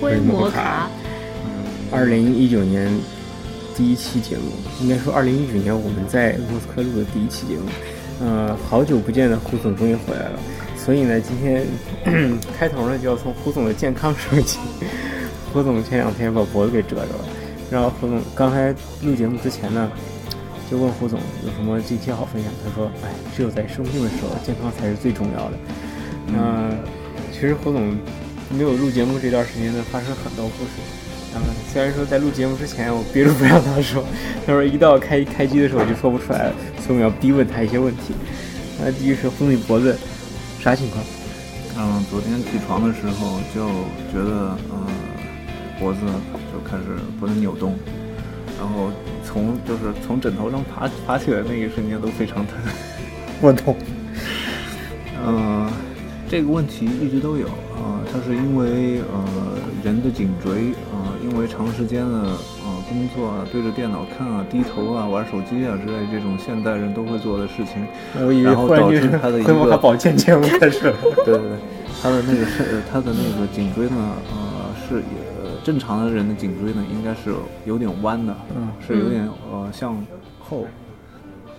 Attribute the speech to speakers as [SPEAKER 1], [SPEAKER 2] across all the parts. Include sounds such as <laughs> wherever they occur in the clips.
[SPEAKER 1] 灰摩卡。
[SPEAKER 2] 二零一九年第一期节目，应该说二零一九年我们在莫斯科录的第一期节目。呃，好久不见的胡总终于回来了，所以呢，今天嗯开头呢就要从胡总的健康说起。 <laughs> 胡总前两天把脖子给折着了，然后胡总刚才录节目之前呢，就问胡总有什么这期好分享，他说：“哎，只有在生病的时候，健康才是最重要的。嗯”其实胡总没有录节目这段时间呢，发生了很多故事。嗯，虽然说在录节目之前我憋着不让他说，他说一到开开机的时候我就说不出来了，所以我要逼问他一些问题。那第一是胡总，你脖子啥情况？
[SPEAKER 1] 嗯，昨天起床的时候就觉得，嗯，脖子就开始脖子扭动，然后从就是从枕头上爬爬起来那一瞬间都非常疼。 <laughs>
[SPEAKER 2] 我痛。
[SPEAKER 1] 嗯，这个问题一直都有啊、呃它是因为呃人的颈椎啊、呃因为长时间的呃工作啊，对着电脑看啊、低头啊、玩手机啊之类这种现代人都会做的事情，
[SPEAKER 2] 我以为
[SPEAKER 1] 然后
[SPEAKER 2] 忽然
[SPEAKER 1] 导
[SPEAKER 2] 就
[SPEAKER 1] 致
[SPEAKER 2] 是
[SPEAKER 1] 他
[SPEAKER 2] <laughs>
[SPEAKER 1] 的一
[SPEAKER 2] 回摩卡
[SPEAKER 1] 个
[SPEAKER 2] 保健节目开始了。
[SPEAKER 1] <laughs> 对对对，他的那个是呃他的那个颈椎呢，呃，是也正常的人的颈椎呢，应该是有点弯的，
[SPEAKER 2] 嗯
[SPEAKER 1] 是有点呃向后，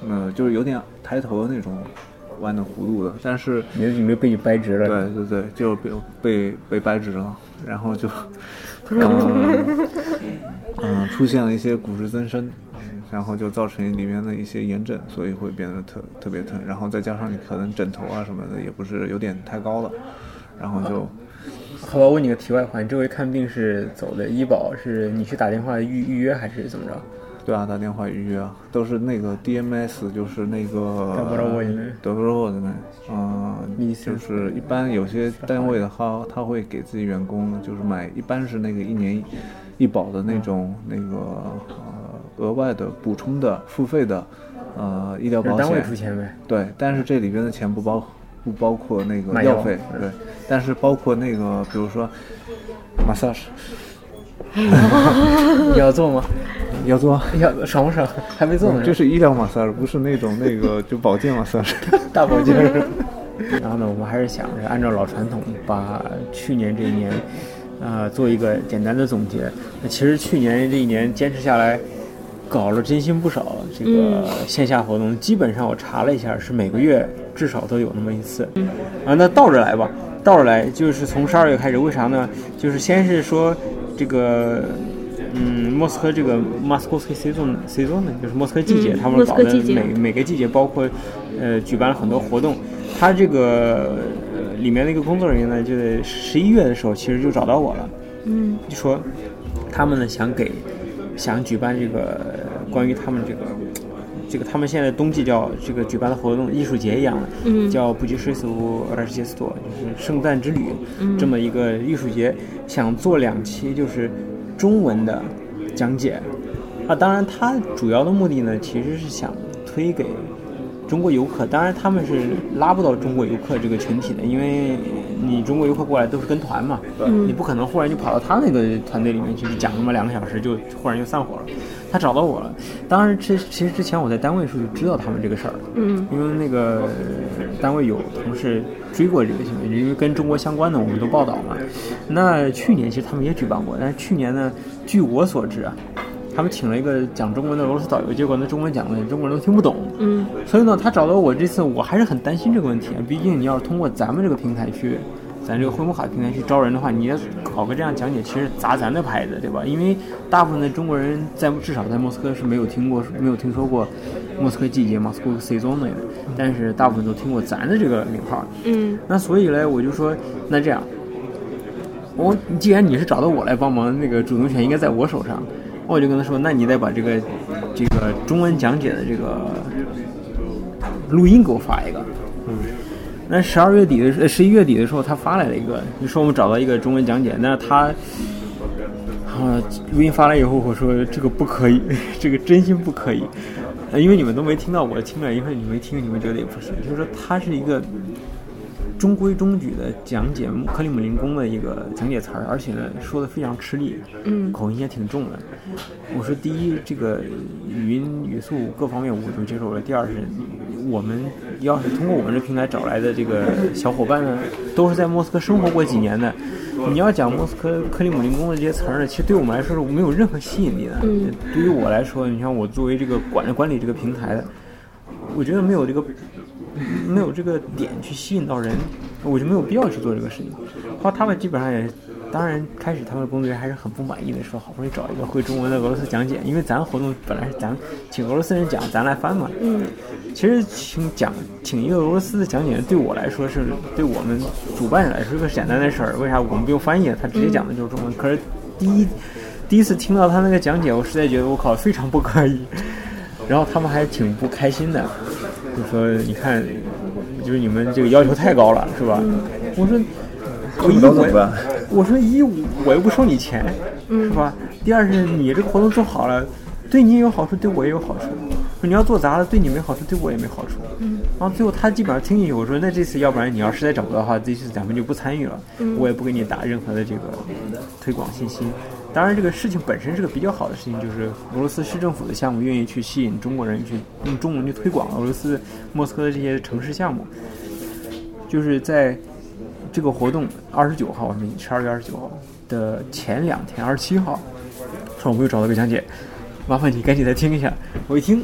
[SPEAKER 1] 呃，就是有点抬头的那种弯的弧度的，但是。
[SPEAKER 2] <laughs> 你的颈椎被你掰直了。
[SPEAKER 1] 对对对，就被被被掰直了，然后就，嗯、嗯，出现了一些骨质增生，嗯然后就造成里面的一些炎症，所以会变得特特别疼。然后再加上你可能枕头啊什么的也不是有点太高了，然后就
[SPEAKER 2] 好吧，我问你个题外话，你这回看病是走的医保，是你去打电话预预约还是怎么着？
[SPEAKER 1] 对啊打电话预约啊，都是那个 DMS，就是那个
[SPEAKER 2] Dobrovolny
[SPEAKER 1] 德布罗沃的那，嗯，就是一般有些单位的话，他会给自己员工就是买，一般是那个一年一保的那种
[SPEAKER 2] 嗯
[SPEAKER 1] 那个呃额外的补充的付费的呃医疗
[SPEAKER 2] 让
[SPEAKER 1] 保
[SPEAKER 2] 单位
[SPEAKER 1] 险
[SPEAKER 2] 出，钱呗。
[SPEAKER 1] 对，但是这里边的钱不包不包括那个
[SPEAKER 2] 买
[SPEAKER 1] 药
[SPEAKER 2] 药
[SPEAKER 1] 费，
[SPEAKER 2] 嗯
[SPEAKER 1] 对，但是包括那个比如说 massage
[SPEAKER 2] 你要做吗？
[SPEAKER 1] 要做啊。
[SPEAKER 2] 要做爽不爽？还没做呢，
[SPEAKER 1] 这是医疗马萨，不是那种那个就保健马萨。
[SPEAKER 2] <laughs> 大
[SPEAKER 3] <laughs>
[SPEAKER 2] 保健。然后呢，我们还是想着按照老传统，把去年这一年，呃，做一个简单的总结。那其实去年这一年坚持下来，搞了真心不少这
[SPEAKER 3] 嗯
[SPEAKER 2] 个线下活动，基本上我查了一下，是每个月至少都有那么一次。啊，那倒着来吧，倒着来就是从十二月开始，为啥呢？就是先是说这个。嗯，莫斯科这个 Moscowski season season 呢，就是莫斯科季节，
[SPEAKER 3] 嗯
[SPEAKER 2] 他们
[SPEAKER 3] 莫斯
[SPEAKER 2] 搞
[SPEAKER 3] 科
[SPEAKER 2] 的
[SPEAKER 3] 季节
[SPEAKER 2] 每每个季节包括呃举办了很多活动。他这个、呃、里面的一个工作人员呢，就在十一月的时候，其实就找到我了，
[SPEAKER 3] 嗯
[SPEAKER 2] 就说他们呢想给想举办这个关于他们这个。这个他们现在冬季叫这个举办的活动艺术节一样的，
[SPEAKER 3] 嗯
[SPEAKER 2] 叫布吉什苏拉什杰斯多，就是圣诞之旅、这么一个艺术节，想做两期就是中文的讲解，啊，当然，它主要的目的呢，其实是想推给中国游客。当然，他们是拉不到中国游客这个群体的，因为你中国游客过来都是跟团嘛，你不可能忽然就跑到他那个团队里面去讲那么两个小时，就忽然就散伙了。他找到我了，当然，其实其实之前我在单位时候就知道他们这个事儿了。
[SPEAKER 3] 嗯
[SPEAKER 2] 因为那个单位有同事追过这个行为，因为跟中国相关的我们都报道嘛。那去年其实他们也举办过，但是去年呢，据我所知啊，他们请了一个讲中文的俄罗斯导游，结果那中文讲的中国人都听不懂。
[SPEAKER 3] 嗯
[SPEAKER 2] 所以呢，他找到我这次，我还是很担心这个问题。啊毕竟你要是通过咱们这个平台去，咱这个灰摩卡平台去招人的话，你要搞个这样讲解，其实砸咱的牌子，对吧？因为大部分的中国人在至少在莫斯科是没有听过、没有听说过莫斯科季节 （Moscow Season） 的，但是大部分都听过咱的这个名号。
[SPEAKER 3] 嗯
[SPEAKER 2] 那所以嘞，我就说，那这样，我既然你是找到我来帮忙，那个主动权应该在我手上。我就跟他说，那你得把这个这个中文讲解的这个录音给我发一个。嗯。那十二月底的时，呃十一月底的时候，他发来了一个，就说我们找到一个中文讲解。那他，啊，录音发来以后，我说这个不可以， <laughs> 这个真心不可以，呃因为你们都没听到，我听了，因为你没听，你们觉得也不是，就是说它是一个中规中矩的讲解克里姆林宫的一个讲解词儿，而且呢说的非常吃力，
[SPEAKER 3] 嗯
[SPEAKER 2] 口音也挺重的。我说第一，这个语音语速各方面我都接受了；第二是，我们要是通过我们这平台找来的这个小伙伴呢，都是在莫斯科生活过几年的。
[SPEAKER 3] 嗯
[SPEAKER 2] 你要讲莫斯科克里姆林宫的这些词儿呢，其实对我们来说是没有任何吸引力的。
[SPEAKER 3] 嗯
[SPEAKER 2] 对于我来说，你像我作为这个管管理这个平台的，我觉得没有这个没有这个点去吸引到人，我就没有必要去做这个事情。然后他们基本上也，当然开始他们的工作人员还是很不满意的，说好不容易找一个会中文的俄罗斯讲解，因为咱活动本来是咱请俄罗斯人讲，咱来翻嘛。
[SPEAKER 3] 嗯，
[SPEAKER 2] 其实请讲请一个俄罗斯的讲解人，对我来说是对我们主办者来说是个简单的事儿。为啥我们不用翻译？他直接讲的就是中文。可是第一第一次听到他那个讲解，我实在觉得我靠，非常不可以。然后他们还挺不开心的，就说你看，就是你们这个要求太高了，是吧？我说。我
[SPEAKER 1] 看
[SPEAKER 2] 一
[SPEAKER 1] 不着怎么办
[SPEAKER 2] 我我说一我又不收你钱，是吧？第二是你这个活动做好了，对你也有好处，对我也有好处。说你要做砸了，对你没好处，对我也没好处。然后最后他基本上听进去，我说那这次要不然你要实在找不到的话，这次咱们就不参与了，我也不给你打任何的这个推广信息。当然，这个事情本身是个比较好的事情，就是俄罗斯市政府的项目愿意去吸引中国人去用中文去推广俄罗斯莫斯科的这些城市项目。就是在这个活动二十九号，我们十二月二十九号的前两天，二十七号，说我们又找到个讲解，麻烦你赶紧再听一下。我一听，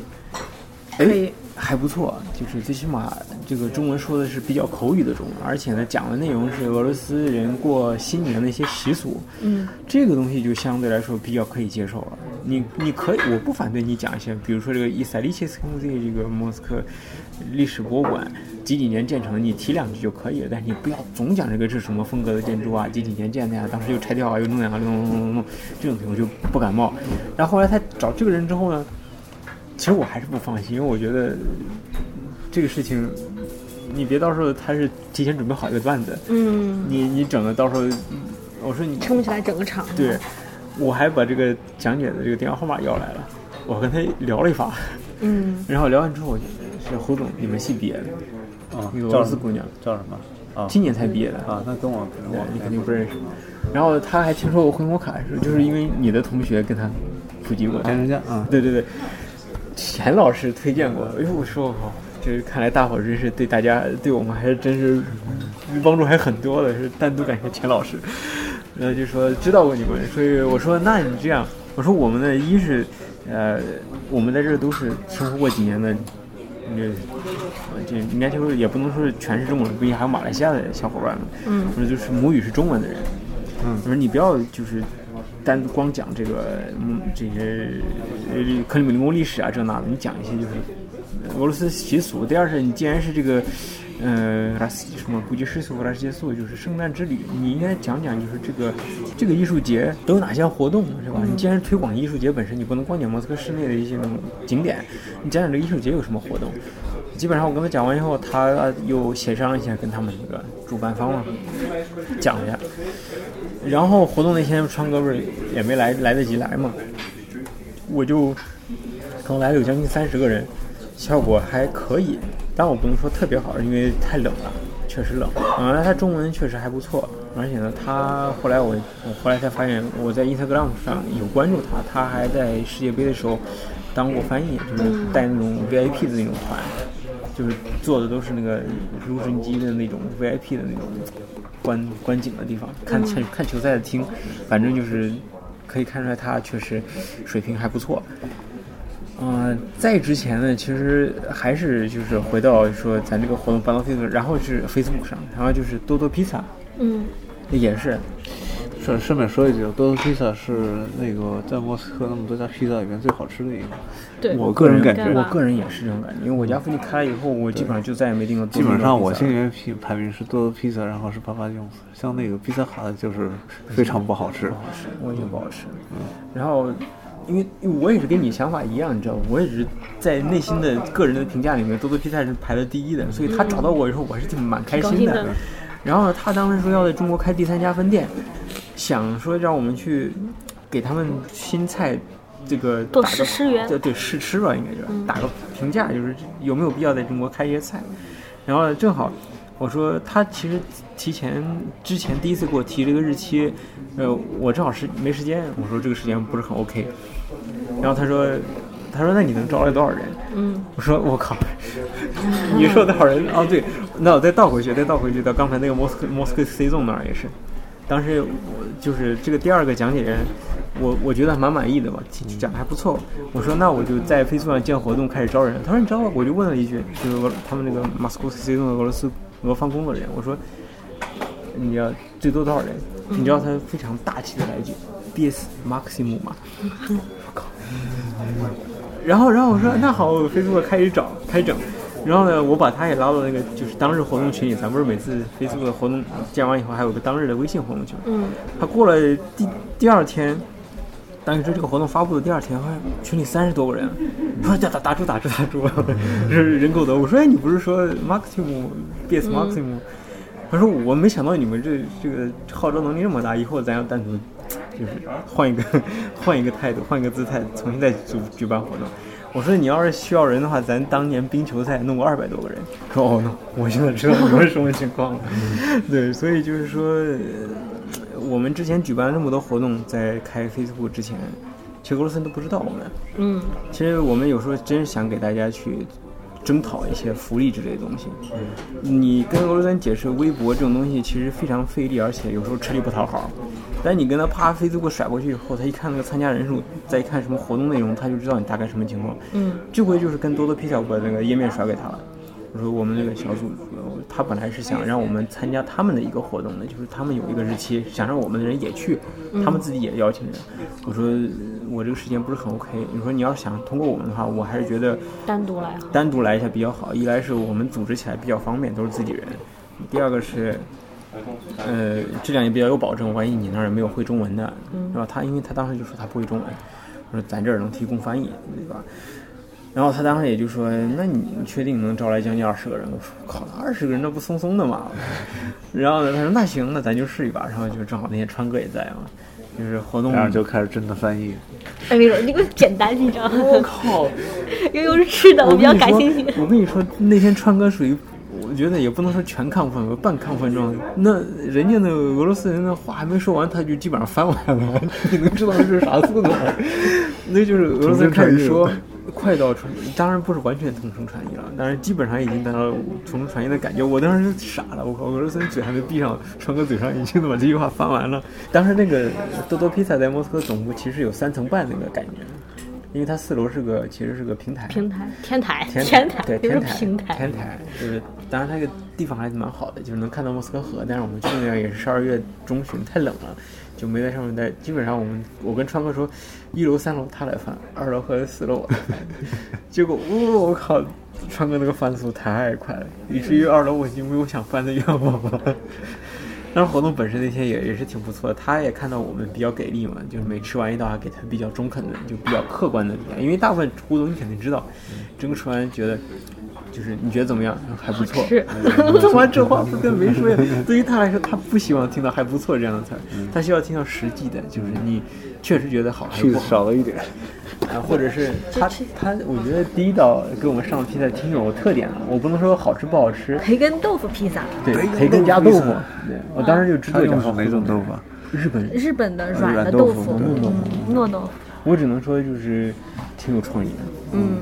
[SPEAKER 3] 可以
[SPEAKER 2] 哎，还不错，就是最起码这个中文说的是比较口语的中文，而且呢讲的内容是俄罗斯人过新年的一些习俗。
[SPEAKER 3] 嗯，
[SPEAKER 2] 这个东西就相对来说比较可以接受了。你你可以，我不反对你讲一些，比如说这个伊萨利切斯库这个莫斯科历史博物馆几几年建成的，你提两句就可以了。但是你不要总讲这个是什么风格的建筑啊，几几年建的呀、当时又拆掉啊，又弄呀、弄弄弄弄弄，这种东西我就不感冒。然后后来他找这个人之后呢，其实我还是不放心，因为我觉得这个事情，你别到时候他是提前准备好一个段子，
[SPEAKER 3] 嗯，
[SPEAKER 2] 你你整的到时候，我说你
[SPEAKER 3] 撑起来整个场。
[SPEAKER 2] 对，，我还把这个讲解的这个电话号码要来了，我跟他聊了一发，
[SPEAKER 3] 嗯，
[SPEAKER 2] 然后聊完之后，是胡总，你们系毕业的，
[SPEAKER 4] 啊
[SPEAKER 2] 那个俄
[SPEAKER 4] 叫
[SPEAKER 2] 罗
[SPEAKER 4] 什
[SPEAKER 2] 斯
[SPEAKER 4] 么
[SPEAKER 2] 姑娘，
[SPEAKER 4] 叫什么？啊
[SPEAKER 2] 今年才毕业的，
[SPEAKER 4] 啊，那跟我可能
[SPEAKER 2] 对
[SPEAKER 4] 我
[SPEAKER 2] 你肯定不认识。然后他还听说我回摩卡，是就是因为你的同学跟他普及过，
[SPEAKER 1] 人家啊，
[SPEAKER 2] 对对对，钱老师推荐过，哎呦，我说我靠，就是看来大伙儿真是对大家对我们还是真是帮助还很多的，是单独感谢钱老师。然后就说知道过你们，所以我说那你这样，我说我们呢一是呃我们在这儿都是生活过几年的，这呃这应该就是也不能说是全是中国人，不一定还有马来西亚的小伙伴们，
[SPEAKER 3] 嗯
[SPEAKER 2] 我说就是母语是中文的人，
[SPEAKER 1] 嗯
[SPEAKER 2] 我说你不要就是单光讲这个嗯这些呃克里姆林宫历史啊这那的，你讲一些就是俄罗斯习俗。第二是你既然是这个呃拉斯什么布吉什苏拉什杰素，就是圣诞之旅，你应该讲讲就是这个这个艺术节都有哪些活动是吧？你既然推广艺术节本身，你不能光讲莫斯科市内的一些那种景点，你讲讲这个艺术节有什么活动。基本上我跟他讲完以后，他又协商了一下跟他们那个主办方嘛，讲一下。然后活动那天川哥不是也没来来得及来嘛，我就刚来了有将近三十个人，效果还可以，但我不能说特别好，因为太冷了，确实冷。嗯，那他中文确实还不错，而且呢，他后来我我后来才发现我在 Instagram 上有关注他，他还在世界杯的时候当过翻译，就是带那种 VIP 的那种团。就是坐的都是那个卢什基的那种 VIP 的那种观观景的地方，看看看球赛的厅，反正就是可以看出来他确实水平还不错。嗯、在之前呢，其实还是就是回到说咱这个活动搬到 Facebook，然后是 Facebook 上，然后就是多多披萨
[SPEAKER 3] 嗯
[SPEAKER 2] 也是，
[SPEAKER 1] <laughs> 顺顺便说一句，多多披萨是那个在莫斯科那么多家披萨里面最好吃的一个。
[SPEAKER 3] 对，
[SPEAKER 1] 我个人感
[SPEAKER 3] 对
[SPEAKER 1] 觉，
[SPEAKER 2] 我
[SPEAKER 3] 吧
[SPEAKER 2] 个人也是这种感觉，因为我家附近开了以后，我基本上就再也没订过多
[SPEAKER 1] 基
[SPEAKER 2] 多披萨了。
[SPEAKER 1] 本上我心里面批排名是多多披萨，然后是巴巴用，像那个披萨哈就是非常不好吃。
[SPEAKER 2] 好吃，我也觉得不好吃。然后，因为因为我也是跟你想法一样，你知道吗，我也是在内心的个人的评价里面，多多披萨是排在第一的，所以他找到我以后，我还是挺蛮开
[SPEAKER 3] 挺
[SPEAKER 2] 心
[SPEAKER 3] 高
[SPEAKER 2] 的。
[SPEAKER 3] 兴的
[SPEAKER 2] <laughs> 然后他当时说要在中国开第三家分店，想说让我们去给他们新菜。这个
[SPEAKER 3] 做
[SPEAKER 2] 打
[SPEAKER 3] 试
[SPEAKER 2] 个
[SPEAKER 3] 吃嗯员
[SPEAKER 2] 对对试吃吧，应该就是、打个评价，就是有没有必要在中国开一些菜。然后正好我说他其实提前之前第一次给我提这个日期，呃，我正好是没时间，我说这个时间不是很 OK，然后他说。他说：“那你能招来多少人？”
[SPEAKER 3] 嗯，
[SPEAKER 2] 我说：“我靠， <laughs> 你说多少人？哦，对，那我再倒回去，再倒回去到刚才那个莫斯科莫斯科 C 纵那儿也是，当时我就是这个第二个讲解人，我我觉得还蛮满意的吧，讲的还不错。我说那我就在 Facebook 上建活动开始招人。他说你招吧，我就问了一句，就是俄他们那个马斯科 C 中的俄罗斯俄方工作人员，我说你要最多多少人？你知道他非常大气的来一句 “bis maximum” 嘛。我靠！然后然后我说那好，我 Facebook 开始找开整。然后呢，我把他也拉到那个就是当日活动群里，咱不是每次 Facebook 的活动建完以后还有个当日的微信活动群。
[SPEAKER 3] 嗯，
[SPEAKER 2] 他过了第第二天，当时这个活动发布的第二天，发现群里三十多个人，说打打打住打住打住， <laughs> 就是人口多。我说哎，你不是说 maximum b s maximum？、他说我没想到你们这这个号召能力这么大，以后咱要单独就是换一个换一个态度，换一个姿态，重新再组举办活动。我说你要是需要人的话，咱当年冰球赛弄过二百多个人。说哦，那我现在知道你们是什么情况了。对，所以就是说，呃我们之前举办了那么多活动，在开 Facebook 之前，其实俄罗斯人都不知道我们。
[SPEAKER 3] 嗯
[SPEAKER 2] 其实我们有时候真是想给大家去征讨一些福利之类的东西。你跟俄罗斯人解释微博这种东西，其实非常费力，而且有时候吃力不讨好。但你跟他啪 Facebook 甩过去以后，他一看那个参加人数，再一看什么活动内容，他就知道你大概什么情况。
[SPEAKER 3] 嗯
[SPEAKER 2] 这回就是跟多多 P 小把那个页面甩给他了。我说我们那个小组，呃他本来是想让我们参加他们的一个活动的，就是他们有一个日期，想让我们的人也去，他们自己也邀请人。我说呃我这个时间不是很 OK，你说你要想通过我们的话，我还是觉得
[SPEAKER 3] 单独来好。
[SPEAKER 2] 单独来一下比较好。一来是我们组织起来比较方便，都是自己人；第二个是，呃，质量也比较有保证。万一你那儿没有会中文的，是吧？他因为他当时就说他不会中文，我说咱这儿能提供翻译，对吧？然后他当时也就说：“那你你确定能招来将近二十个人？”我说：“靠，那二十个人那不松松的嘛。”然后呢，他说：“那行，那咱就试一把。”然后就正好那天川哥也在嘛，就是活动
[SPEAKER 1] 然后就开始真的翻译，
[SPEAKER 3] 哎，没准你给我简单一张，
[SPEAKER 2] 我靠。
[SPEAKER 3] 又又是吃的，我比较感兴趣。
[SPEAKER 2] 我跟你说，那天川哥属于，我觉得也不能说全亢奋吧，半亢奋状态。那人家那俄罗斯人的话还没说完，他就基本上翻完了。 <laughs> 你能知道这是啥字
[SPEAKER 1] <laughs>
[SPEAKER 2] 吗？那就是俄罗斯人开始说，快到传，当然不是完全同声传译了，但是基本上已经达到同声传译的感觉。我当时傻了，我靠，俄罗斯人嘴还没闭上，川哥嘴上已经把这句话翻完了。当时那个多多披萨在莫斯科总部其实有三层半那个感觉。因为它四楼是个，其实是个平台，
[SPEAKER 3] 平台，天台，
[SPEAKER 2] 天
[SPEAKER 3] 台，
[SPEAKER 2] 对
[SPEAKER 3] 不是
[SPEAKER 2] 天台
[SPEAKER 3] 平台
[SPEAKER 2] 天。台嗯就是，当然它那个地方还蛮好的，就是能看到莫斯科河。但是我们去那儿也是十二月中旬，太冷了，就没在上面待。基本上我们我跟川哥说，一楼、三楼他来翻，二楼和四楼我来 <laughs> 翻。结果哦，我靠，川哥那个翻速太快了，以至于二楼我已经没有想翻的愿望了。 <laughs> 当然，活动本身那天也也是挺不错的，他也看到我们比较给力嘛，就是每吃完一道还给他比较中肯的，就比较客观的评价，因为大部分互动你肯定知道，整个吃完觉得就是你觉得怎么样？还不错。嗯
[SPEAKER 3] 吃
[SPEAKER 2] <laughs> 他妈这话不跟没说呀。 <laughs> 对于他来说，他不希望听到“还不错”这样的词儿，他希望听到实际的，就是你确实觉得好还是
[SPEAKER 1] 去
[SPEAKER 2] 不好。
[SPEAKER 1] 少了一点。
[SPEAKER 2] 啊，或者是他他，我觉得第一道给我们上的披萨挺有特点的，我不能说好吃不好吃，
[SPEAKER 3] 培根豆腐披萨，
[SPEAKER 2] 对
[SPEAKER 1] 培，根
[SPEAKER 2] 培根加
[SPEAKER 1] 豆
[SPEAKER 2] 豆
[SPEAKER 1] 腐
[SPEAKER 2] 腐，对啊我当时就知
[SPEAKER 1] 他
[SPEAKER 2] 道
[SPEAKER 1] 用
[SPEAKER 2] 讲
[SPEAKER 1] 的是哪种豆腐啊？
[SPEAKER 2] 日本
[SPEAKER 3] 日本的软的
[SPEAKER 1] 软豆腐
[SPEAKER 3] 腐，
[SPEAKER 1] 对
[SPEAKER 3] 嗯，糯豆腐，
[SPEAKER 2] 我只能说就是挺有创意的。
[SPEAKER 3] 嗯，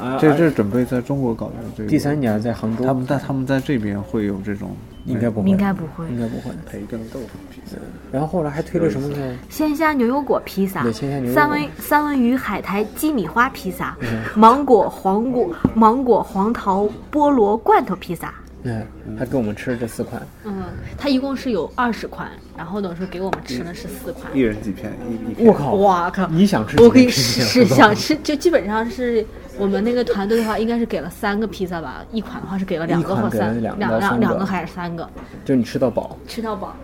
[SPEAKER 2] 啊
[SPEAKER 1] 这
[SPEAKER 2] 啊
[SPEAKER 1] 这是准备在中国搞的这个。
[SPEAKER 2] 第三家在杭州，
[SPEAKER 1] 他们在他们在这边会有这种
[SPEAKER 2] 应该不会，
[SPEAKER 3] 应该不会
[SPEAKER 2] 应该不会。
[SPEAKER 1] 培根豆腐披萨，
[SPEAKER 2] 然后后来还推了什么呢？
[SPEAKER 3] 鲜虾牛油果披萨
[SPEAKER 2] 对鲜虾牛，油
[SPEAKER 3] 三
[SPEAKER 2] 果嗯
[SPEAKER 3] 文三文鱼海苔鸡米花披萨，芒果黄果芒果黄桃菠萝罐头披萨。
[SPEAKER 2] 嗯，还给我们吃了这四款，
[SPEAKER 3] 嗯，它一共是有二十款，然后等于说给我们吃了是四款。
[SPEAKER 2] 嗯
[SPEAKER 1] 一人几片，一一片。
[SPEAKER 2] 我靠，
[SPEAKER 3] 哇靠！
[SPEAKER 2] 你想吃
[SPEAKER 3] 我可以
[SPEAKER 2] 几个
[SPEAKER 3] 试
[SPEAKER 2] 吃 <laughs>
[SPEAKER 3] 试
[SPEAKER 2] 几个
[SPEAKER 3] 想吃，就基本上是我们那个团队的话，应该是给了三个披萨吧，一款的话是给了两个
[SPEAKER 2] 一
[SPEAKER 3] 或
[SPEAKER 2] 款给了
[SPEAKER 3] 三
[SPEAKER 2] 两到
[SPEAKER 3] 两
[SPEAKER 2] 三
[SPEAKER 3] 两两
[SPEAKER 2] 个
[SPEAKER 3] 个还是三个，
[SPEAKER 2] 就你吃到饱，
[SPEAKER 3] 吃到饱，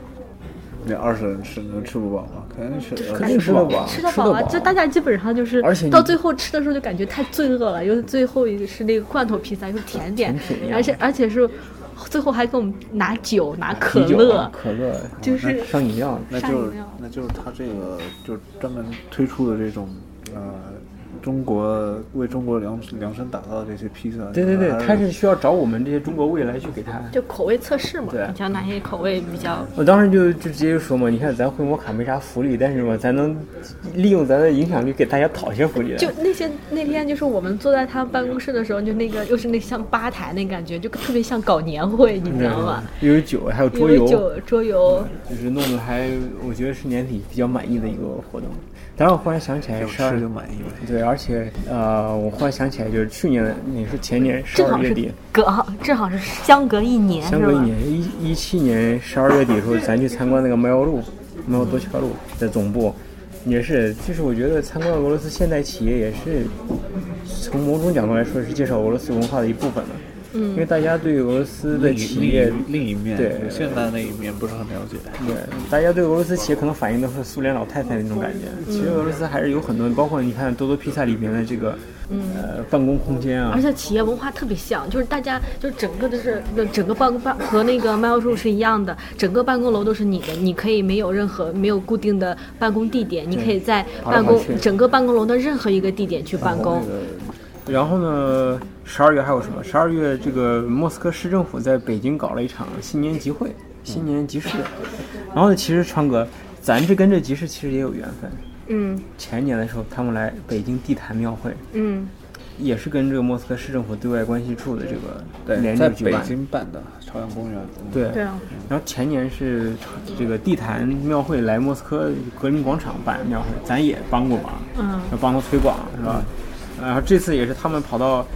[SPEAKER 1] 那二十人吃能吃不饱吗？肯定呃吃，
[SPEAKER 2] 肯定吃到饱，
[SPEAKER 3] 吃到饱啊！就大家基本上就是，
[SPEAKER 2] 而且你
[SPEAKER 3] 到最后吃的时候就感觉太罪恶了，又最后一个是那个罐头披萨，又是甜点
[SPEAKER 2] 甜品，呀
[SPEAKER 3] 而且而且是最后还给我们拿酒拿可
[SPEAKER 2] 啤酒
[SPEAKER 3] 乐，
[SPEAKER 2] 啊可乐
[SPEAKER 3] <laughs> 就是
[SPEAKER 2] 上饮料，
[SPEAKER 1] 那就是那就是他这个就是专门推出的这种呃中国为中国量量身打造的这些披萨，
[SPEAKER 2] 对对对
[SPEAKER 1] 还，
[SPEAKER 2] 他是需要找我们这些中国胃来去给他。
[SPEAKER 4] 就口味测试嘛，
[SPEAKER 2] 对啊
[SPEAKER 4] 你像哪些口味比较
[SPEAKER 2] 我当时就就直接就说嘛，你看咱回摩卡没啥福利，但是嘛，咱能利用咱的影响力给大家讨些福利来。啊
[SPEAKER 4] 就那些那天就是我们坐在他办公室的时候，就那个又是那像吧台那感觉，就特别像搞年会，你知道吗？
[SPEAKER 2] 又有酒，还有
[SPEAKER 4] 因
[SPEAKER 2] 嗯桌
[SPEAKER 4] 为
[SPEAKER 2] 游，嗯
[SPEAKER 4] 酒桌游，
[SPEAKER 2] 就是弄得还我觉得是年底比较满意的一个活动。当然，我忽然想起来
[SPEAKER 1] 有
[SPEAKER 2] 十二
[SPEAKER 1] 吃就满意了。
[SPEAKER 2] 对，而且呃，我忽然想起来，就是去年你是前年十
[SPEAKER 3] 正
[SPEAKER 2] 二
[SPEAKER 3] 好
[SPEAKER 2] 月
[SPEAKER 3] 是
[SPEAKER 2] 底，
[SPEAKER 3] 隔好，正好是相隔一年，
[SPEAKER 2] 相隔一
[SPEAKER 3] 是吧？
[SPEAKER 2] 年，一一七年十二月底的时候，咱去参观那个猫腰路，猫腰多桥路的总部，也是，就是我觉得参观俄罗斯现代企业也是，从某种角度来说是介绍俄罗斯文化的一部分了。嗯，因为大家对俄罗斯的
[SPEAKER 1] 另
[SPEAKER 2] 企
[SPEAKER 1] 一另
[SPEAKER 2] 业，
[SPEAKER 1] 一另一面，
[SPEAKER 2] 对
[SPEAKER 1] 就嗯现代那一面不是很了解。
[SPEAKER 2] 对，大家对俄罗斯企业可能反映的是苏联老太太那种感觉。其实俄罗斯还是有很多，包括你看多多披萨里面的这个，呃，办公空间啊
[SPEAKER 4] 而，且企业文化特别像，就是大家就是整个就是整个办公办和那个麦教授是一样的，整个办公楼都是你的，你可以没有任何没有固定的办公地点，你可以在
[SPEAKER 2] 跑来
[SPEAKER 4] 办
[SPEAKER 2] 跑
[SPEAKER 4] 公
[SPEAKER 2] 去
[SPEAKER 4] 整个办公楼的任何一个地点去办公。
[SPEAKER 2] 然后呢，十二月还有什么？十二月这个莫斯科市政府在北京搞了一场新年集会、
[SPEAKER 1] 嗯
[SPEAKER 2] 新年集市。然后呢，其实川哥，咱这跟这集市其实也有缘分。
[SPEAKER 3] 嗯
[SPEAKER 2] 前年的时候，他们来北京地坛庙会，
[SPEAKER 3] 嗯，
[SPEAKER 2] 也是跟这个莫斯科市政府对外关系处的这个联
[SPEAKER 1] 在
[SPEAKER 2] 手举
[SPEAKER 1] 北
[SPEAKER 2] 办。
[SPEAKER 1] 京办的朝阳公园。嗯，
[SPEAKER 2] 对
[SPEAKER 4] 对啊，
[SPEAKER 2] 然后前年是这个地坛庙会来莫斯科革命广场办庙会，咱也帮过忙，
[SPEAKER 4] 嗯，
[SPEAKER 2] 要帮他推广是吧？然后这次也是他们跑到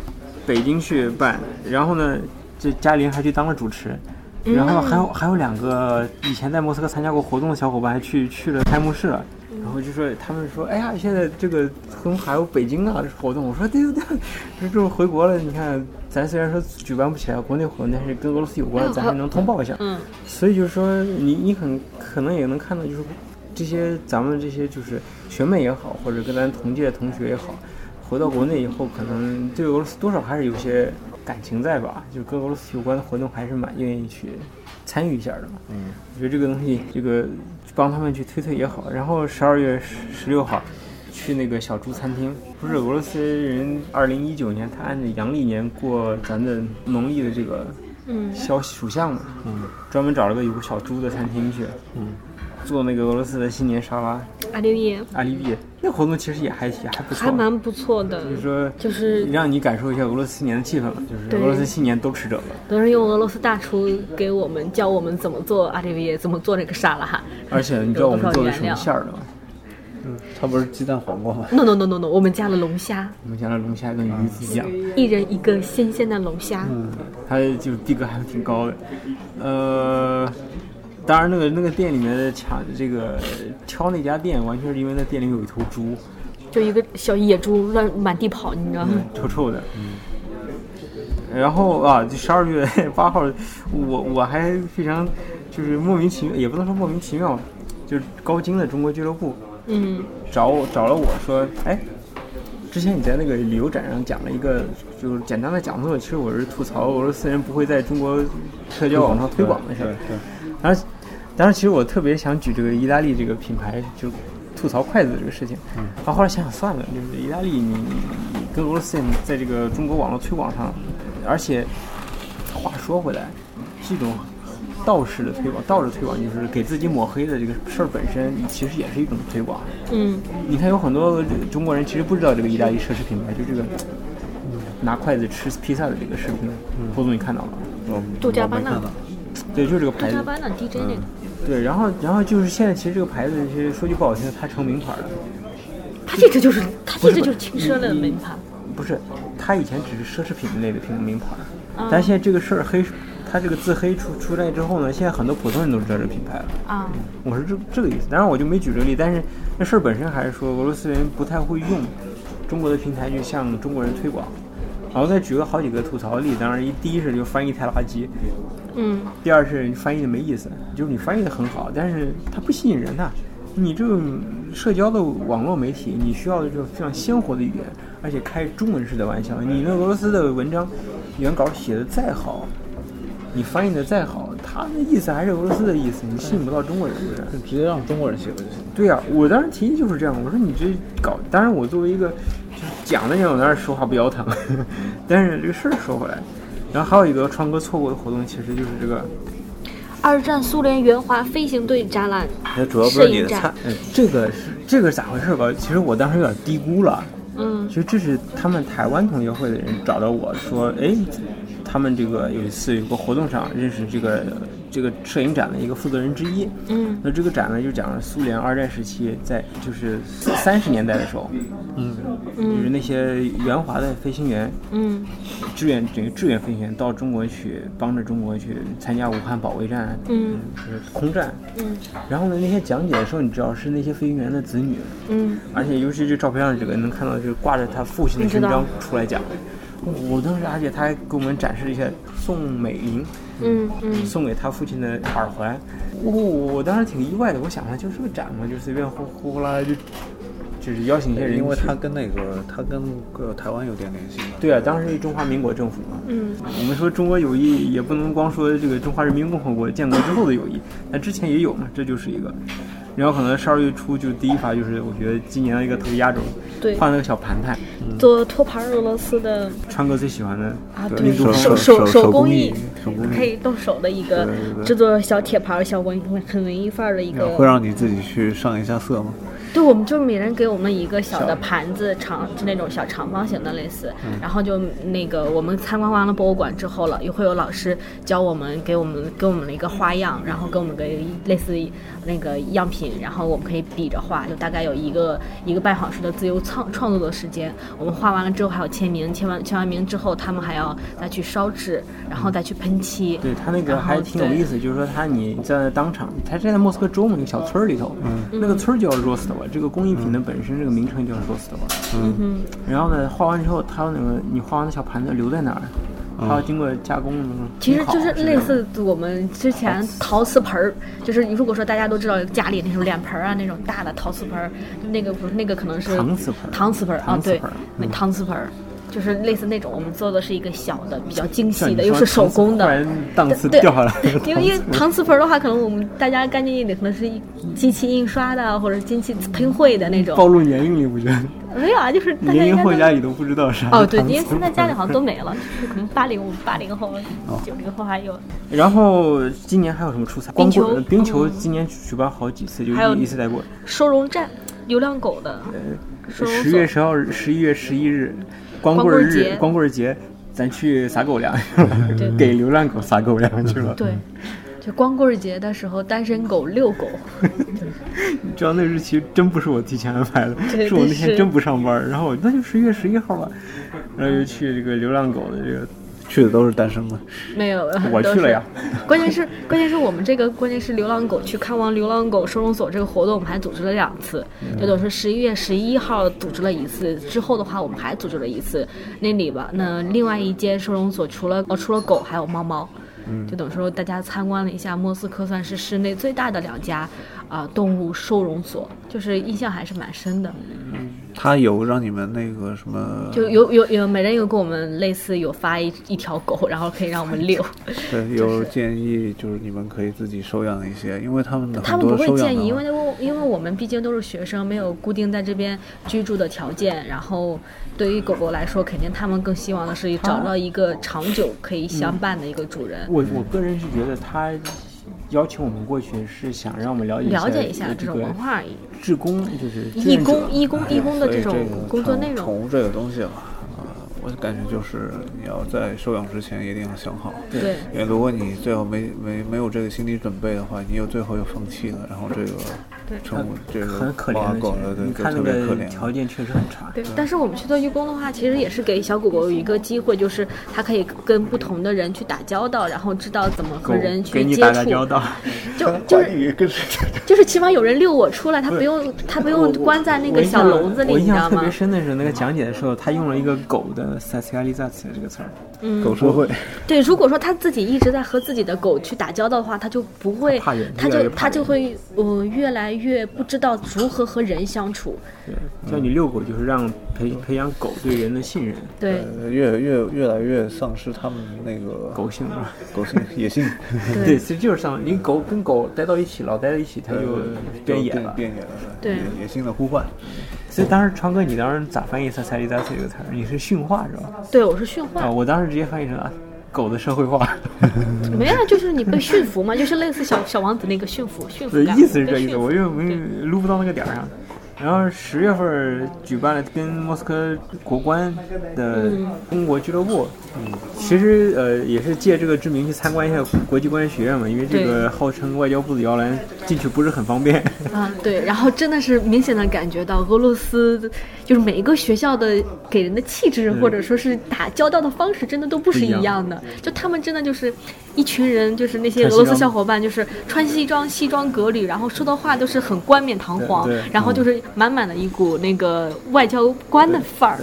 [SPEAKER 2] 北京去办，然后呢，这嘉玲还去当了主持。然后还有还有两个以前在莫斯科参加过活动的小伙伴还去去了开幕式了，然后就说他们说，哎呀，现在这个活动还有北京啊这活动，我说对对对，这这回国了，你看咱虽然说举办不起来国内活动，但是跟俄罗斯有关，咱还能通报一下。
[SPEAKER 4] 嗯，
[SPEAKER 2] 所以就是说，你你很可能也能看到，就是这些咱们这些就是学妹也好，或者跟咱同届的同学也好，回到国内以后，可能对俄罗斯多少还是有些感情在吧，就跟俄罗斯有关的活动还是蛮愿意去参与一下的嘛。嗯，我觉得这个东西，这个帮他们去推推也好。然后十二月十六号。去那个小猪餐厅，不是俄罗斯人，二零一九年他按照阳历年过咱的农历的这个
[SPEAKER 4] 嗯
[SPEAKER 2] 消属相嘛，专门找了个有个小猪的餐厅去，嗯，做那个俄罗斯的新年沙拉，
[SPEAKER 4] 阿六爷
[SPEAKER 2] 阿丽丽那活动其实也还也还不错，
[SPEAKER 4] 还蛮不错的，
[SPEAKER 2] 就是说
[SPEAKER 4] 就是
[SPEAKER 2] 让你感受一下俄罗斯新年的气氛嘛，就是
[SPEAKER 4] 对
[SPEAKER 2] 俄罗斯新年都吃这个，
[SPEAKER 4] 都是用俄罗斯大厨给我们教我们怎么做阿利维，怎么做这个沙拉。
[SPEAKER 2] 而且你知道我们做的什么馅儿的吗？
[SPEAKER 1] 它不是鸡蛋黄瓜吗？
[SPEAKER 4] No no no no no，我们加了龙虾，
[SPEAKER 2] 我们加了龙虾跟鱼子酱，
[SPEAKER 4] 一人一个新鲜的龙虾。
[SPEAKER 2] 嗯它就是逼格还挺高的，呃。当然，那个那个店里面的抢这个挑那家店，完全是因为那店里有一头猪，
[SPEAKER 4] 就一个小野猪乱满地跑，你知道
[SPEAKER 1] 嗯
[SPEAKER 4] 吗？
[SPEAKER 2] 臭臭的。然后啊，就十二月 <laughs> 八号，我我还非常就是莫名其妙，也不能说莫名其妙，就是高精的中国俱乐部
[SPEAKER 4] 嗯，
[SPEAKER 2] 找我找了我说，哎，之前你在那个旅游展上讲了一个就是简单的讲座，其实我是吐槽俄罗斯人不会在中国社交网上推广的事
[SPEAKER 1] 对
[SPEAKER 2] 儿。
[SPEAKER 1] 对，
[SPEAKER 2] 当时，当时其实我特别想举这个意大利这个品牌，就吐槽筷子这个事情。嗯，然后后来想想算了，就是意大利你你你跟俄罗斯人在这个中国网络推广上，而且话说回来，这种道士的推广，道士推广就是给自己抹黑的这个事儿本身，其实也是一种推广。
[SPEAKER 4] 嗯，
[SPEAKER 2] 你看有很多中国人其实不知道这个意大利奢侈品牌，就这个。拿筷子吃披萨的这个视频，胡总你看到了吗？
[SPEAKER 1] 我
[SPEAKER 4] 杜加
[SPEAKER 1] 我
[SPEAKER 4] 巴
[SPEAKER 1] 没
[SPEAKER 4] 纳
[SPEAKER 1] 看到。嗯
[SPEAKER 2] 对，就是这个牌
[SPEAKER 4] 加
[SPEAKER 2] 子。
[SPEAKER 4] 班呢 DJ 那个，
[SPEAKER 2] 对，然后然后就是现在，其实这个牌子，其实说句不好听，它成名牌了。
[SPEAKER 4] 他这只就是他
[SPEAKER 2] 不
[SPEAKER 4] 这
[SPEAKER 2] 是
[SPEAKER 4] 只就是轻奢类的门牌。
[SPEAKER 2] 不是，它以前只是奢侈品类的品名牌，但现在这个事儿黑，它这个自黑出出来之后呢，现在很多普通人都知道这个品牌了。
[SPEAKER 1] 嗯
[SPEAKER 4] 啊，
[SPEAKER 2] 我是这这个意思，当然我就没举这个例，但是这事儿本身还是说俄罗斯人不太会用中国的平台去向中国人推广。然后再举个好几个吐槽的例，子，当然一第一是就翻译太垃圾，
[SPEAKER 4] 嗯，
[SPEAKER 2] 第二是你翻译的没意思，就是你翻译的很好，但是它不吸引人呐、你这种社交的网络媒体，你需要的就是非常鲜活的语言，而且开中文式的玩笑。你那俄罗斯的文章原稿写的再好，你翻译的再好，它的意思还是俄罗斯的意思，你吸引不到中国人啊的人。
[SPEAKER 1] 就直接让中国人写的就行。
[SPEAKER 2] 对呀、我当时提议就是这样，我说你这搞，当然我作为一个就是讲的那种，当然手好比较疼。 <laughs> 但是这个事儿说回来，然后还有一个川哥错过的活动，其实就是这个，
[SPEAKER 4] 二战苏联援华飞行队展览，
[SPEAKER 1] 那主要不是你的菜，
[SPEAKER 2] 呃，这个是这个是咋回事吧？其实我当时有点低估了。
[SPEAKER 4] 嗯
[SPEAKER 2] 其实这是他们台湾同学会的人找到我说，哎，他们这个有一次有个活动上认识这个这个摄影展的一个负责人之一。
[SPEAKER 4] 嗯，
[SPEAKER 2] 那这个展呢，就讲了苏联二战时期，在就是三十年代的时候，嗯，就是那些援华的飞行员，
[SPEAKER 4] 嗯
[SPEAKER 2] 志愿等于志愿飞行员到中国去帮着中国去参加武汉保卫战，
[SPEAKER 4] 嗯
[SPEAKER 2] 就是空战。
[SPEAKER 4] 嗯
[SPEAKER 2] 然后呢，那些讲解的时候，你知道是那些飞行员的子女，
[SPEAKER 4] 嗯，
[SPEAKER 2] 而且尤其这照片上这个能看到，就是挂着他父亲的勋章出来讲。我当时，而且他还给我们展示了一下宋美龄
[SPEAKER 4] 嗯嗯
[SPEAKER 2] 送给他父亲的耳环。我、我当时挺意外的，我想啊，就是个展嘛，就随便呼呼呼啦啦就就是邀请一些人去。
[SPEAKER 1] 因为他跟那个他跟个台湾有点联系嘛。
[SPEAKER 2] 对啊，当时是中华民国政府嘛。
[SPEAKER 4] 嗯
[SPEAKER 2] 我们说中国友谊也不能光说这个中华人民共和国建国之后的友谊，那之前也有嘛，这就是一个。然后可能十二月初就第一发就是，我觉得今年的一个特别压轴，
[SPEAKER 4] 对
[SPEAKER 2] 换了个小盘盘，
[SPEAKER 4] 做托盘俄罗斯的
[SPEAKER 2] 川哥最喜欢的
[SPEAKER 4] 啊，
[SPEAKER 2] 对
[SPEAKER 4] 对，
[SPEAKER 2] 印度
[SPEAKER 4] 手
[SPEAKER 1] 手手
[SPEAKER 4] 手
[SPEAKER 1] 手工
[SPEAKER 4] 艺
[SPEAKER 1] 艺手工，艺
[SPEAKER 4] 可以动手的一个
[SPEAKER 1] 对对对
[SPEAKER 4] 制作小铁盘儿、小文很文艺范儿的一个
[SPEAKER 1] 会。让你自己去上一下色吗？
[SPEAKER 4] 对，我们就每人给我们一个小的
[SPEAKER 2] 小嗯
[SPEAKER 4] 盘子，长就那种小长方形的类似，然后就那个我们参观完了博物馆之后了，也会有老师教我们，给我们给我们了一个花样，然后给我们个类似于那个样品，然后我们可以比着画，就大概有一个一个半小时的自由创创作的时间。我们画完了之后还有签名，签完签完名之后，他们还要再去烧制，然后再去喷漆。
[SPEAKER 2] 对他那个
[SPEAKER 4] 然后
[SPEAKER 2] 还挺有
[SPEAKER 4] 啊对
[SPEAKER 2] 意思，就是说他你在当场，他是在莫斯科州嘛，一个小村儿里头，那个村儿叫 Rostov，这个工艺品的本身这个名称叫 Rostov。
[SPEAKER 4] 嗯
[SPEAKER 2] 然后呢，画完之后，他那个你画完的小盘子留在那儿，它要经过加工，
[SPEAKER 4] 其实就是
[SPEAKER 2] 烘烤
[SPEAKER 4] 类似我们之前陶瓷盆儿，就是如果说大家都知道家里那种脸盆儿啊，那种大的陶瓷盆儿，那个不是那个可能是
[SPEAKER 2] 搪瓷盆儿
[SPEAKER 4] 搪瓷盆儿啊，
[SPEAKER 2] 搪瓷
[SPEAKER 4] 对
[SPEAKER 2] 盆儿，嗯
[SPEAKER 4] 那搪瓷盆儿就是类似那种，我们做的是一个小的、比较精
[SPEAKER 2] 啊像
[SPEAKER 4] 细
[SPEAKER 2] 你
[SPEAKER 4] 的，又
[SPEAKER 2] 说
[SPEAKER 4] 是手工
[SPEAKER 2] 突
[SPEAKER 4] 的。
[SPEAKER 2] <laughs> 然档次
[SPEAKER 4] 对
[SPEAKER 2] 掉下来了，
[SPEAKER 4] 因为因为搪瓷盆儿的话，可能我们大家干净一点，可能是一机器印刷的或者机器喷绘的那
[SPEAKER 2] 暴
[SPEAKER 4] 种。
[SPEAKER 2] 露年龄了，我觉得
[SPEAKER 4] 没有啊，就是大家应
[SPEAKER 2] 零零
[SPEAKER 4] 该
[SPEAKER 2] 后
[SPEAKER 4] 都
[SPEAKER 2] 家里都不知道啥。
[SPEAKER 4] 哦，对，因为现在家里好像都没了，就是可能八零八零后、九零后还
[SPEAKER 2] 哦
[SPEAKER 4] 有。
[SPEAKER 2] 然后今年还有什么出彩？
[SPEAKER 4] 冰球
[SPEAKER 2] 光棍呃冰球
[SPEAKER 4] 嗯
[SPEAKER 2] 今年举办好几次，就
[SPEAKER 4] 还有
[SPEAKER 2] 一一次带过。
[SPEAKER 4] 收容站，流浪狗的收容
[SPEAKER 2] 呃十
[SPEAKER 4] 所
[SPEAKER 2] 月。十号日、十一月十一日，光
[SPEAKER 4] 光
[SPEAKER 2] 棍
[SPEAKER 4] 棍节
[SPEAKER 2] 日、光棍节，咱去撒狗粮 <laughs>
[SPEAKER 4] 对，
[SPEAKER 2] 给流浪狗撒狗粮去了。
[SPEAKER 4] 对，就光棍节的时候，单身狗遛狗。
[SPEAKER 2] 你知道那日期真不是我提前安排的，
[SPEAKER 4] 对
[SPEAKER 2] 是我
[SPEAKER 4] 对
[SPEAKER 2] 那天
[SPEAKER 4] 是
[SPEAKER 2] 真不上班，然后我那就十一月十一号吧，然后就去这个流浪狗的这个
[SPEAKER 1] 去的都是单身吗？
[SPEAKER 4] 没有，
[SPEAKER 2] 我
[SPEAKER 4] 都
[SPEAKER 2] 去了
[SPEAKER 4] 是
[SPEAKER 2] 呀。
[SPEAKER 4] <laughs> 关键是，关键是我们这个，关键是流浪狗去看望流浪狗收容所这个活动，我们还组织了两次。
[SPEAKER 2] 嗯
[SPEAKER 4] 就等于是十一月十一号组织了一次，之后的话我们还组织了一次。那里吧，那另外一间收容所除了呃除了狗还有猫猫。
[SPEAKER 2] 嗯
[SPEAKER 4] 就等于说大家参观了一下莫斯科，算是市内最大的两家，啊、动物收容所，就是印象还是蛮深的。
[SPEAKER 1] 他有让你们那个什么？
[SPEAKER 4] 就有有有，每人有跟我们类似有发一一条狗，然后可以让我们遛。
[SPEAKER 1] 对，有建议就是你们可以自己收养一些，因为他们的
[SPEAKER 4] <laughs> 他
[SPEAKER 1] 很
[SPEAKER 4] 们不
[SPEAKER 1] 多
[SPEAKER 4] 会
[SPEAKER 1] 收养
[SPEAKER 4] 建
[SPEAKER 1] 的
[SPEAKER 4] 议，因为因为我们毕竟都是学生，没有固定在这边居住的条件。然后对于狗狗来说，肯定他们更希望的
[SPEAKER 1] 啊
[SPEAKER 4] 是找到一个长久可以
[SPEAKER 1] 嗯
[SPEAKER 4] 相伴的一个主人。
[SPEAKER 2] 我我个人是觉得他邀请我们过去是想让我们了
[SPEAKER 1] 嗯
[SPEAKER 2] 解
[SPEAKER 4] 了解一下
[SPEAKER 2] 呃
[SPEAKER 4] 这
[SPEAKER 2] 这
[SPEAKER 4] 种文
[SPEAKER 2] 个
[SPEAKER 4] 化而已，
[SPEAKER 2] 志工，就是志
[SPEAKER 4] 义
[SPEAKER 2] 愿者
[SPEAKER 4] 工、义工、义工的
[SPEAKER 1] 所以
[SPEAKER 4] 这种
[SPEAKER 1] 个
[SPEAKER 4] 工作
[SPEAKER 1] 宠
[SPEAKER 4] 内
[SPEAKER 1] 宠
[SPEAKER 4] 容，
[SPEAKER 1] 物这个东西吧，啊、我感觉就是你要在收养之前一定要想好。
[SPEAKER 4] 对
[SPEAKER 1] 因为如果你最后没没没有这个心理准备的话，你有最后又放弃了，然后这个宠物这个
[SPEAKER 2] 很可
[SPEAKER 1] 猫
[SPEAKER 2] 怜
[SPEAKER 1] 啊
[SPEAKER 2] 的，
[SPEAKER 1] 狗了，对，
[SPEAKER 2] 你
[SPEAKER 1] 就
[SPEAKER 2] 看
[SPEAKER 1] 特
[SPEAKER 2] 那
[SPEAKER 1] 别可
[SPEAKER 2] 个
[SPEAKER 1] 怜。
[SPEAKER 2] 条件确实很差。
[SPEAKER 1] 嗯
[SPEAKER 4] 对，但是我们去做义工的话，其实也是给小狗狗有一个机会，就是它可以跟不同的人去打交道，然后知道怎么和人去
[SPEAKER 2] 给你
[SPEAKER 4] 接
[SPEAKER 2] 打打
[SPEAKER 4] 触，
[SPEAKER 2] 交道，
[SPEAKER 4] 就
[SPEAKER 1] <laughs>
[SPEAKER 4] 就是
[SPEAKER 1] 跟
[SPEAKER 4] 就是起码有人遛我出来，它不用它不用关在那个小笼子里，
[SPEAKER 2] 我
[SPEAKER 4] 你
[SPEAKER 2] 印
[SPEAKER 4] 知
[SPEAKER 2] 象
[SPEAKER 4] 道
[SPEAKER 2] 特别
[SPEAKER 4] 吗？
[SPEAKER 2] 深的是那个讲解的时候，他用了一个“狗”的 s o c i a l i z a t i 这个词儿，
[SPEAKER 4] 嗯
[SPEAKER 1] 狗社会，
[SPEAKER 4] 对，如果说它自己一直在和自己的狗去打交道的话，它就不会
[SPEAKER 2] 它怕人，
[SPEAKER 4] 它
[SPEAKER 2] 越来
[SPEAKER 4] 就
[SPEAKER 2] 越怕
[SPEAKER 4] 它就
[SPEAKER 2] 人
[SPEAKER 4] 会呃越来越不知道如何和人相处。
[SPEAKER 2] 对，叫你遛狗就是让培培养狗对人的信任，
[SPEAKER 4] 对
[SPEAKER 1] 呃，越越越来越丧失他们那个
[SPEAKER 2] 狗性是吧？
[SPEAKER 1] 狗性野性，
[SPEAKER 2] 对，其实就是像你狗跟狗待到一起，老待在一起，它就
[SPEAKER 1] 呃
[SPEAKER 2] 变野了。
[SPEAKER 1] 变野了，
[SPEAKER 4] 对
[SPEAKER 1] 野野性的呼唤。
[SPEAKER 2] 所以当时昌哥，你当时咋翻译“塞塞利塞塞”这个词儿？你是驯化是吧？
[SPEAKER 4] 对，我是驯
[SPEAKER 2] 啊，
[SPEAKER 4] 化，
[SPEAKER 2] 我当时直接翻译成啊，狗的社会化。
[SPEAKER 4] 没啊，就是你被驯服嘛，就是类似小小王子那个驯服，驯服
[SPEAKER 2] 对，
[SPEAKER 4] 感
[SPEAKER 2] 意思是
[SPEAKER 4] 被
[SPEAKER 2] 这意
[SPEAKER 4] 驯
[SPEAKER 2] 思，
[SPEAKER 4] 服
[SPEAKER 2] 我又
[SPEAKER 4] 对
[SPEAKER 2] 没撸不到那个点儿上。然后十月份儿举办了跟莫斯科国关的
[SPEAKER 4] 嗯
[SPEAKER 2] 中国俱乐部，嗯，其实呃也是借这个之名去参观一下国际关系学院嘛，因为这
[SPEAKER 4] 对
[SPEAKER 2] 个号称外交部的摇篮进去不是很方便。 <laughs>
[SPEAKER 4] 啊，对，然后真的是明显的感觉到俄罗斯就是每一个学校的给人的气质，或者说是打交道的方式，真的都不是
[SPEAKER 2] 不一
[SPEAKER 4] 一
[SPEAKER 2] 样
[SPEAKER 4] 样的。就他们真的就是一群人，就是那些
[SPEAKER 2] 穿
[SPEAKER 4] 俄
[SPEAKER 2] 西
[SPEAKER 4] 罗斯
[SPEAKER 2] 装
[SPEAKER 4] 小伙伴，就是穿西装、西装革履，然后说的话都是很冠冕堂皇
[SPEAKER 2] 对对，嗯
[SPEAKER 4] 然后就是满满的一股那个外交官的范儿。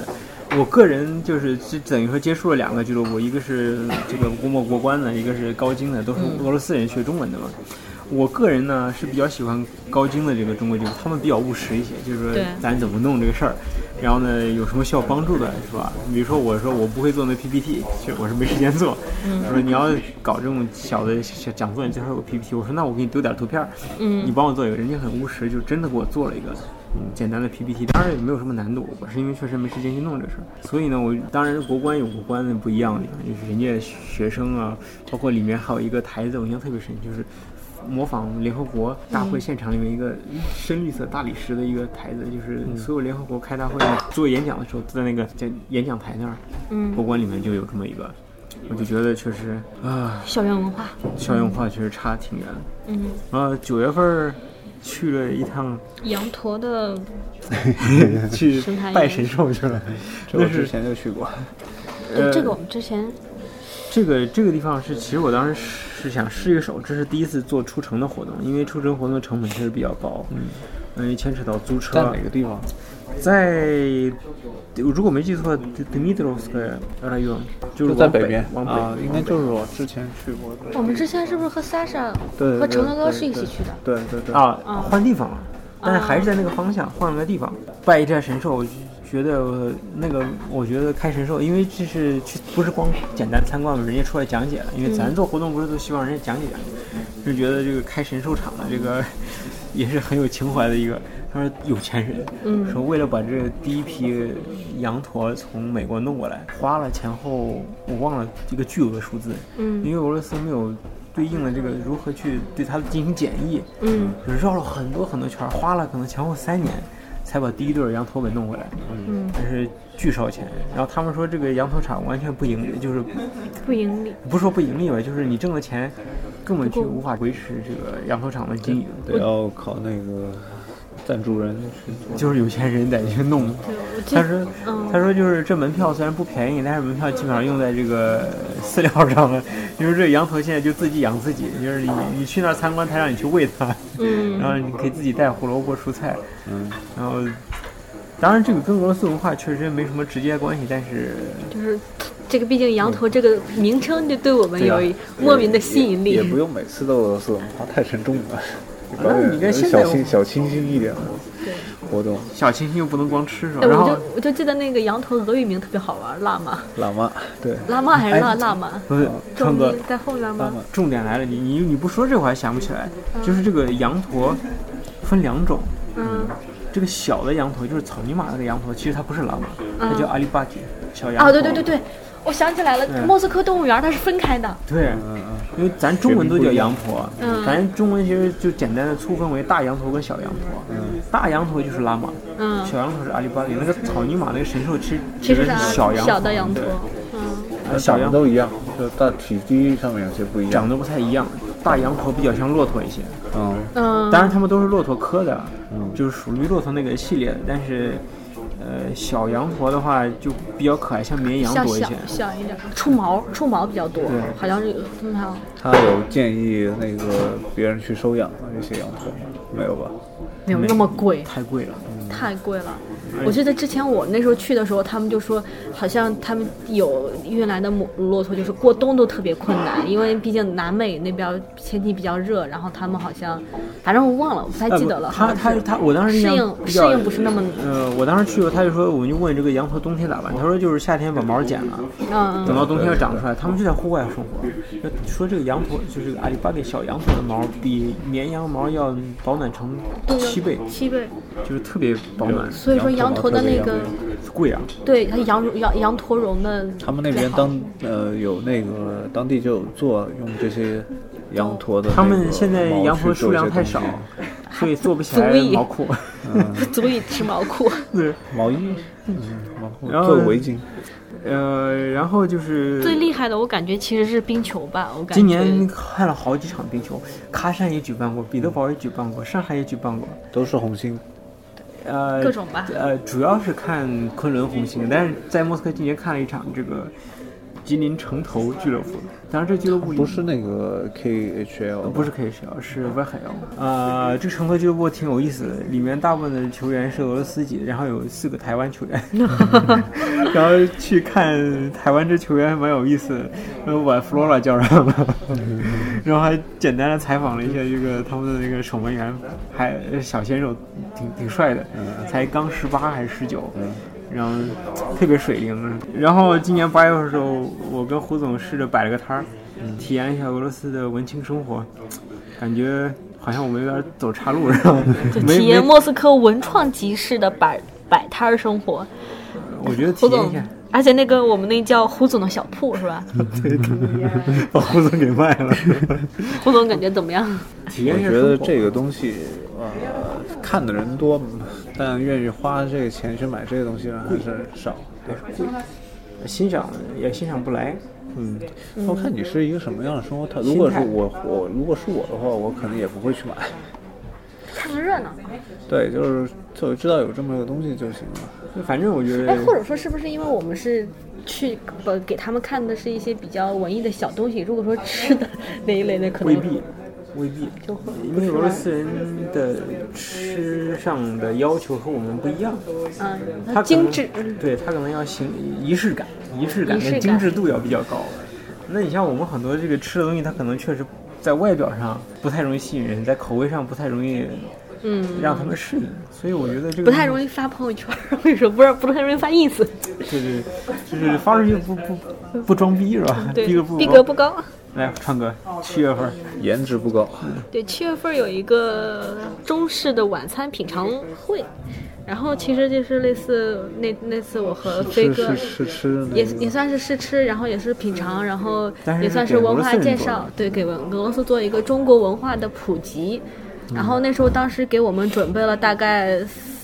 [SPEAKER 2] 我个人就是就等于说接触了两个俱乐部，一个是这个国贸国关的，一个是高精的，都是
[SPEAKER 4] 嗯
[SPEAKER 2] 俄罗斯人学中文的嘛。我个人呢是比较喜欢高精的这个中国俱乐部，他们比较务实一些，就是说
[SPEAKER 4] 对
[SPEAKER 2] 咱怎么弄这个事儿，然后呢有什么需要帮助的是吧？比如说我说我不会做那 PPT，其实我是没时间做。我说你要搞这种小的小讲座，你最好有个 PPT。我说那我给你丢点图片儿，你帮我做一个，人家很务实，就真的给我做了一个。嗯，简单的 PPT，当然也没有什么难度，我是因为确实没时间去弄这事儿，所以呢，我当然国关有国关的不一样的地方，就是人家学生啊，包括里面还有一个台子，我印象特别深，就是模仿联合国大会现场里面一个深绿色大理石的一个台子，就是所有联合国开大会做演讲的时候，在那个在演讲台那儿，
[SPEAKER 4] 嗯
[SPEAKER 2] 国关里面就有这么一个，我就觉得确实啊，
[SPEAKER 4] 校园文化，
[SPEAKER 2] 校园文化确实差挺远的。
[SPEAKER 4] 嗯，
[SPEAKER 2] 然后九月份儿去了一趟，
[SPEAKER 4] 羊驼的
[SPEAKER 1] <laughs>
[SPEAKER 2] 去
[SPEAKER 4] 神坛
[SPEAKER 2] 拜
[SPEAKER 4] 园
[SPEAKER 2] 神兽去了，
[SPEAKER 1] 这
[SPEAKER 2] 那
[SPEAKER 1] 我之
[SPEAKER 2] 是
[SPEAKER 1] 前就去过，
[SPEAKER 2] 呃
[SPEAKER 4] 这个我们之前
[SPEAKER 2] 这个这个地方是，其实我当时是想试一个手，这是第一次做出城的活动，因为出城活动的成本确实比较高，嗯，嗯，牵扯到租车，
[SPEAKER 1] 在哪个地方？
[SPEAKER 2] 在，我如果没记错，Dmitrovsk район 就是
[SPEAKER 1] 就
[SPEAKER 2] 往
[SPEAKER 1] 在北
[SPEAKER 2] 北
[SPEAKER 1] 边
[SPEAKER 2] 往
[SPEAKER 1] 啊，应该
[SPEAKER 2] 往北
[SPEAKER 1] 就是我之前去过的。
[SPEAKER 4] 我们之前是不是和 Sasha
[SPEAKER 1] 对
[SPEAKER 4] 哦和
[SPEAKER 1] 对
[SPEAKER 4] 程乐哥
[SPEAKER 1] 对
[SPEAKER 4] 是一起
[SPEAKER 1] 对
[SPEAKER 4] 去的？
[SPEAKER 1] 对对对，
[SPEAKER 2] 啊，换地方了，但是还是在那个方向，换了个地方。拜一战神兽，我就觉得呃那个，我觉得开神兽，因为这是去不是光简单参观嘛，人家出来讲解了，因为咱做活动不是都希望人家讲解讲解，就觉得这个开神兽场的啊这个 <laughs> 也是很有情怀的一个。他说有钱人，说为了把这第一批羊驼从美国弄过来，花了前后我忘了这个巨额数字，
[SPEAKER 4] 嗯
[SPEAKER 2] 因为俄罗斯没有对应的这个如何去对它进行检疫，
[SPEAKER 4] 嗯，
[SPEAKER 2] 绕了很多很多圈儿，花了可能前后三年才把第一对儿羊驼给弄回来，嗯，但是巨烧钱。然后他们说这个羊驼厂完全不盈利，就是
[SPEAKER 4] 不盈利。
[SPEAKER 2] 不是说不盈利吧，就是你挣的钱根本就无法维持这个羊驼厂的经营，
[SPEAKER 1] 得要靠那个赞助人去做。
[SPEAKER 2] 就是有钱人得去弄。
[SPEAKER 4] 对，我记
[SPEAKER 2] 他
[SPEAKER 4] 得
[SPEAKER 2] 说，他说就是这门票虽然不便宜，但是门票基本上用在这个饲料上了。就是这羊驼现在就自己养自己，就是你你去那儿参观，他让你去喂它，嗯，然后你可以自己带胡萝卜、蔬菜，嗯，然后当然这个跟俄罗斯文化确实没什么直接关系，但是
[SPEAKER 4] 就是这个，毕竟羊驼这个名称就对我们
[SPEAKER 2] 对啊
[SPEAKER 4] 有一莫名的吸引力啊
[SPEAKER 1] 也。不用每次都俄罗斯文化太沉重了，搞
[SPEAKER 2] 那你
[SPEAKER 1] 点 <laughs>
[SPEAKER 2] 看现在
[SPEAKER 1] 小清小清新一点的活动。
[SPEAKER 2] 小清新又不能光吃是吧？
[SPEAKER 4] 哎
[SPEAKER 2] 然
[SPEAKER 4] 我
[SPEAKER 2] 后
[SPEAKER 4] 就我就记得那个羊驼俄语名特别好玩，辣妈，
[SPEAKER 1] 喇嘛，对，
[SPEAKER 4] 辣妈
[SPEAKER 2] 哎
[SPEAKER 4] 还是辣辣妈？
[SPEAKER 2] 不是
[SPEAKER 4] 中
[SPEAKER 2] 川哥
[SPEAKER 4] 音，在后面
[SPEAKER 1] 喇
[SPEAKER 4] 吗
[SPEAKER 1] 嘛？
[SPEAKER 2] 重点来了，你你你不说这我还想不起来，就是这个羊驼分两种，
[SPEAKER 4] 嗯，
[SPEAKER 2] 这个小的羊驼就是草泥马那个羊驼，其实它不是喇嘛，它叫阿里巴吉小羊驼。
[SPEAKER 4] 啊，嗯对对对对，我想起来
[SPEAKER 2] 嗯
[SPEAKER 4] 了，莫斯科动物园它是分开的。
[SPEAKER 2] 对因为咱中文都叫羊驼，
[SPEAKER 4] 嗯
[SPEAKER 2] 咱中文其实就简单的粗分为大羊驼跟小羊驼。大羊驼就是喇嘛，
[SPEAKER 4] 嗯
[SPEAKER 2] 小羊驼是阿里巴吉。那个草泥马那个神兽其实
[SPEAKER 4] 其实
[SPEAKER 2] 指的是
[SPEAKER 4] 小
[SPEAKER 2] 羊
[SPEAKER 4] 的羊驼
[SPEAKER 2] 驼，，
[SPEAKER 4] 嗯，
[SPEAKER 2] 对小羊
[SPEAKER 1] 长得都一样，就大体积上面有些不一
[SPEAKER 2] 长
[SPEAKER 1] 样。
[SPEAKER 2] 得不太一样，大羊驼比较像骆驼一些。
[SPEAKER 1] 嗯，
[SPEAKER 4] 嗯，
[SPEAKER 2] 当然，他们都是骆驼科的，
[SPEAKER 1] 嗯
[SPEAKER 2] 就是属于骆驼那个系列的。但是，呃，小羊驼的话就比较可爱，像绵羊
[SPEAKER 4] 像
[SPEAKER 2] 多一
[SPEAKER 4] 小
[SPEAKER 2] 些。
[SPEAKER 4] 小一点，出毛出毛比较多，好像是他们还有
[SPEAKER 1] 他有建议那个别人去收养那些羊驼吗，没有吧？
[SPEAKER 4] 没有那么贵，
[SPEAKER 2] 太贵了，
[SPEAKER 4] 太贵了。我记得之前我那时候去的时候，他们就说，好像他们有运来的母骆驼，就是过冬都特别困难，因为毕竟南美那边天气比较热，然后他们好像，反正我忘了，我不太
[SPEAKER 2] 啊
[SPEAKER 4] 记
[SPEAKER 2] 不
[SPEAKER 4] 得了。
[SPEAKER 2] 他他他，我当时印象
[SPEAKER 4] 适应
[SPEAKER 2] 比较
[SPEAKER 4] 适应不是那么
[SPEAKER 2] 呃，我当时去过，他就说，我们就问这个羊驼冬天咋办，他说就是夏天把毛剪了，
[SPEAKER 4] 嗯
[SPEAKER 2] 等到冬天要长出来。他们就在户外生活，就说这个羊驼就是阿里巴给小羊驼的毛比绵羊毛要保暖成七倍，
[SPEAKER 4] 七倍，
[SPEAKER 2] 就是特别保暖。
[SPEAKER 4] 所以说
[SPEAKER 2] 羊驼
[SPEAKER 5] 羊驼的那个，
[SPEAKER 6] 贵啊，
[SPEAKER 5] 对，它羊羊羊驼绒的，
[SPEAKER 1] 他们那边当呃有那个当地就有做用这些羊驼的那个
[SPEAKER 2] 他
[SPEAKER 1] 毛去做一些东西。
[SPEAKER 2] 们现在羊驼数量太少，所以做不起来
[SPEAKER 4] 足以
[SPEAKER 2] 毛裤。
[SPEAKER 4] 不 <laughs> 足以织毛裤。
[SPEAKER 1] 毛衣，嗯，毛裤
[SPEAKER 2] 然后
[SPEAKER 1] 做围巾，
[SPEAKER 2] 呃，然后就是
[SPEAKER 4] 最厉害的，我感觉其实是冰球吧，我感觉
[SPEAKER 2] 今年看了好几场冰球，喀山也举办过，彼得堡也举办过，上海也举办过，
[SPEAKER 1] 都是红星。
[SPEAKER 2] 呃，
[SPEAKER 4] 各种吧
[SPEAKER 2] 呃，主要是看昆仑红星，但是在莫斯科今年看了一场这个吉林城投俱乐部，当然这俱乐部
[SPEAKER 1] 不是那个 KHL，
[SPEAKER 2] 不是 KHL，是 VHL。呃，这个城投俱乐部挺有意思的，里面大部分的球员是俄罗斯籍的，然后有四个台湾球员， <laughs> 然后去看台湾这球员蛮有意思的，然后把 Flora 叫上了，然后还简单的采访了一下这个他们的那个守门员，还小鲜肉，挺挺帅的，才刚十八还是十九。然后特别水灵，然后今年八月份的时候，我跟胡总试着摆了个摊儿，体验一下俄罗斯的文青生活，感觉好像我们有点走
[SPEAKER 4] <laughs>
[SPEAKER 2] 岔路了，没
[SPEAKER 4] 体验
[SPEAKER 2] 没，
[SPEAKER 4] 莫斯科文创集市的摆摆摊儿生活。
[SPEAKER 2] 我觉得体
[SPEAKER 4] 胡
[SPEAKER 2] 验
[SPEAKER 4] 总
[SPEAKER 2] 一
[SPEAKER 4] <laughs>
[SPEAKER 2] 下，，嗯
[SPEAKER 4] 而且那个我们那叫胡总的小铺是吧？
[SPEAKER 2] <laughs> 把胡总给卖了，
[SPEAKER 4] 胡总感觉怎么样？
[SPEAKER 2] 体验
[SPEAKER 1] 我
[SPEAKER 2] 一下
[SPEAKER 1] 觉
[SPEAKER 2] 生活
[SPEAKER 1] 得这个东西，呃，看的人多，但愿意花这个钱去买这个东西的人还是少。
[SPEAKER 2] 欣赏也欣赏不来，
[SPEAKER 1] 嗯，要看你是一个什么样的生活态度。如果是
[SPEAKER 2] 心态
[SPEAKER 1] 我，我如果是我的话，我可能也不会去买。
[SPEAKER 5] <laughs> 看个热闹。
[SPEAKER 1] 对，就是就知道有这么个东西就行了。
[SPEAKER 2] 反正我觉
[SPEAKER 5] 哎，
[SPEAKER 2] 得
[SPEAKER 5] 或者说是不是因为我们是去不给他们看的是一些比较文艺的小东西？如果说吃的那一类的，可能嗯
[SPEAKER 2] 未必。未必，因为俄罗斯人的吃上的要求和我们不一样，
[SPEAKER 5] 嗯，
[SPEAKER 2] 他可能
[SPEAKER 5] 精致。
[SPEAKER 2] 对他可能要形仪式感，仪式感
[SPEAKER 5] 仪式感
[SPEAKER 2] 跟精致度要比较高。那你像我们很多这个吃的东西，它可能确实在外表上不太容易吸引人，在口味上不太容易
[SPEAKER 5] 嗯，
[SPEAKER 2] 让他们适应，所以我觉得这个
[SPEAKER 5] 不太容易发朋友圈，我跟你说，不是不太容易发 ins，
[SPEAKER 2] 易，对对，就是发出去不不不装逼是吧？
[SPEAKER 4] 对
[SPEAKER 2] 逼格不，
[SPEAKER 4] 逼格不高。
[SPEAKER 2] 来，川哥，七月份
[SPEAKER 1] 颜值不高，
[SPEAKER 4] 对，七月份有一个中式的晚餐品尝会，然后其实就是类似那那次我和飞
[SPEAKER 1] 是
[SPEAKER 4] 哥
[SPEAKER 1] 是是吃那
[SPEAKER 4] 也
[SPEAKER 1] 个
[SPEAKER 4] 也算是试吃，然后也是品尝，然后
[SPEAKER 2] 但是
[SPEAKER 4] 也算
[SPEAKER 2] 给俄
[SPEAKER 4] 文
[SPEAKER 2] 罗斯
[SPEAKER 4] 化
[SPEAKER 2] 人
[SPEAKER 4] 介
[SPEAKER 2] 做
[SPEAKER 4] 绍
[SPEAKER 2] 的，
[SPEAKER 4] 对，给文俄罗斯做一个中国文化的普及。
[SPEAKER 1] 嗯
[SPEAKER 4] 然后那时候当时给我们准备了大概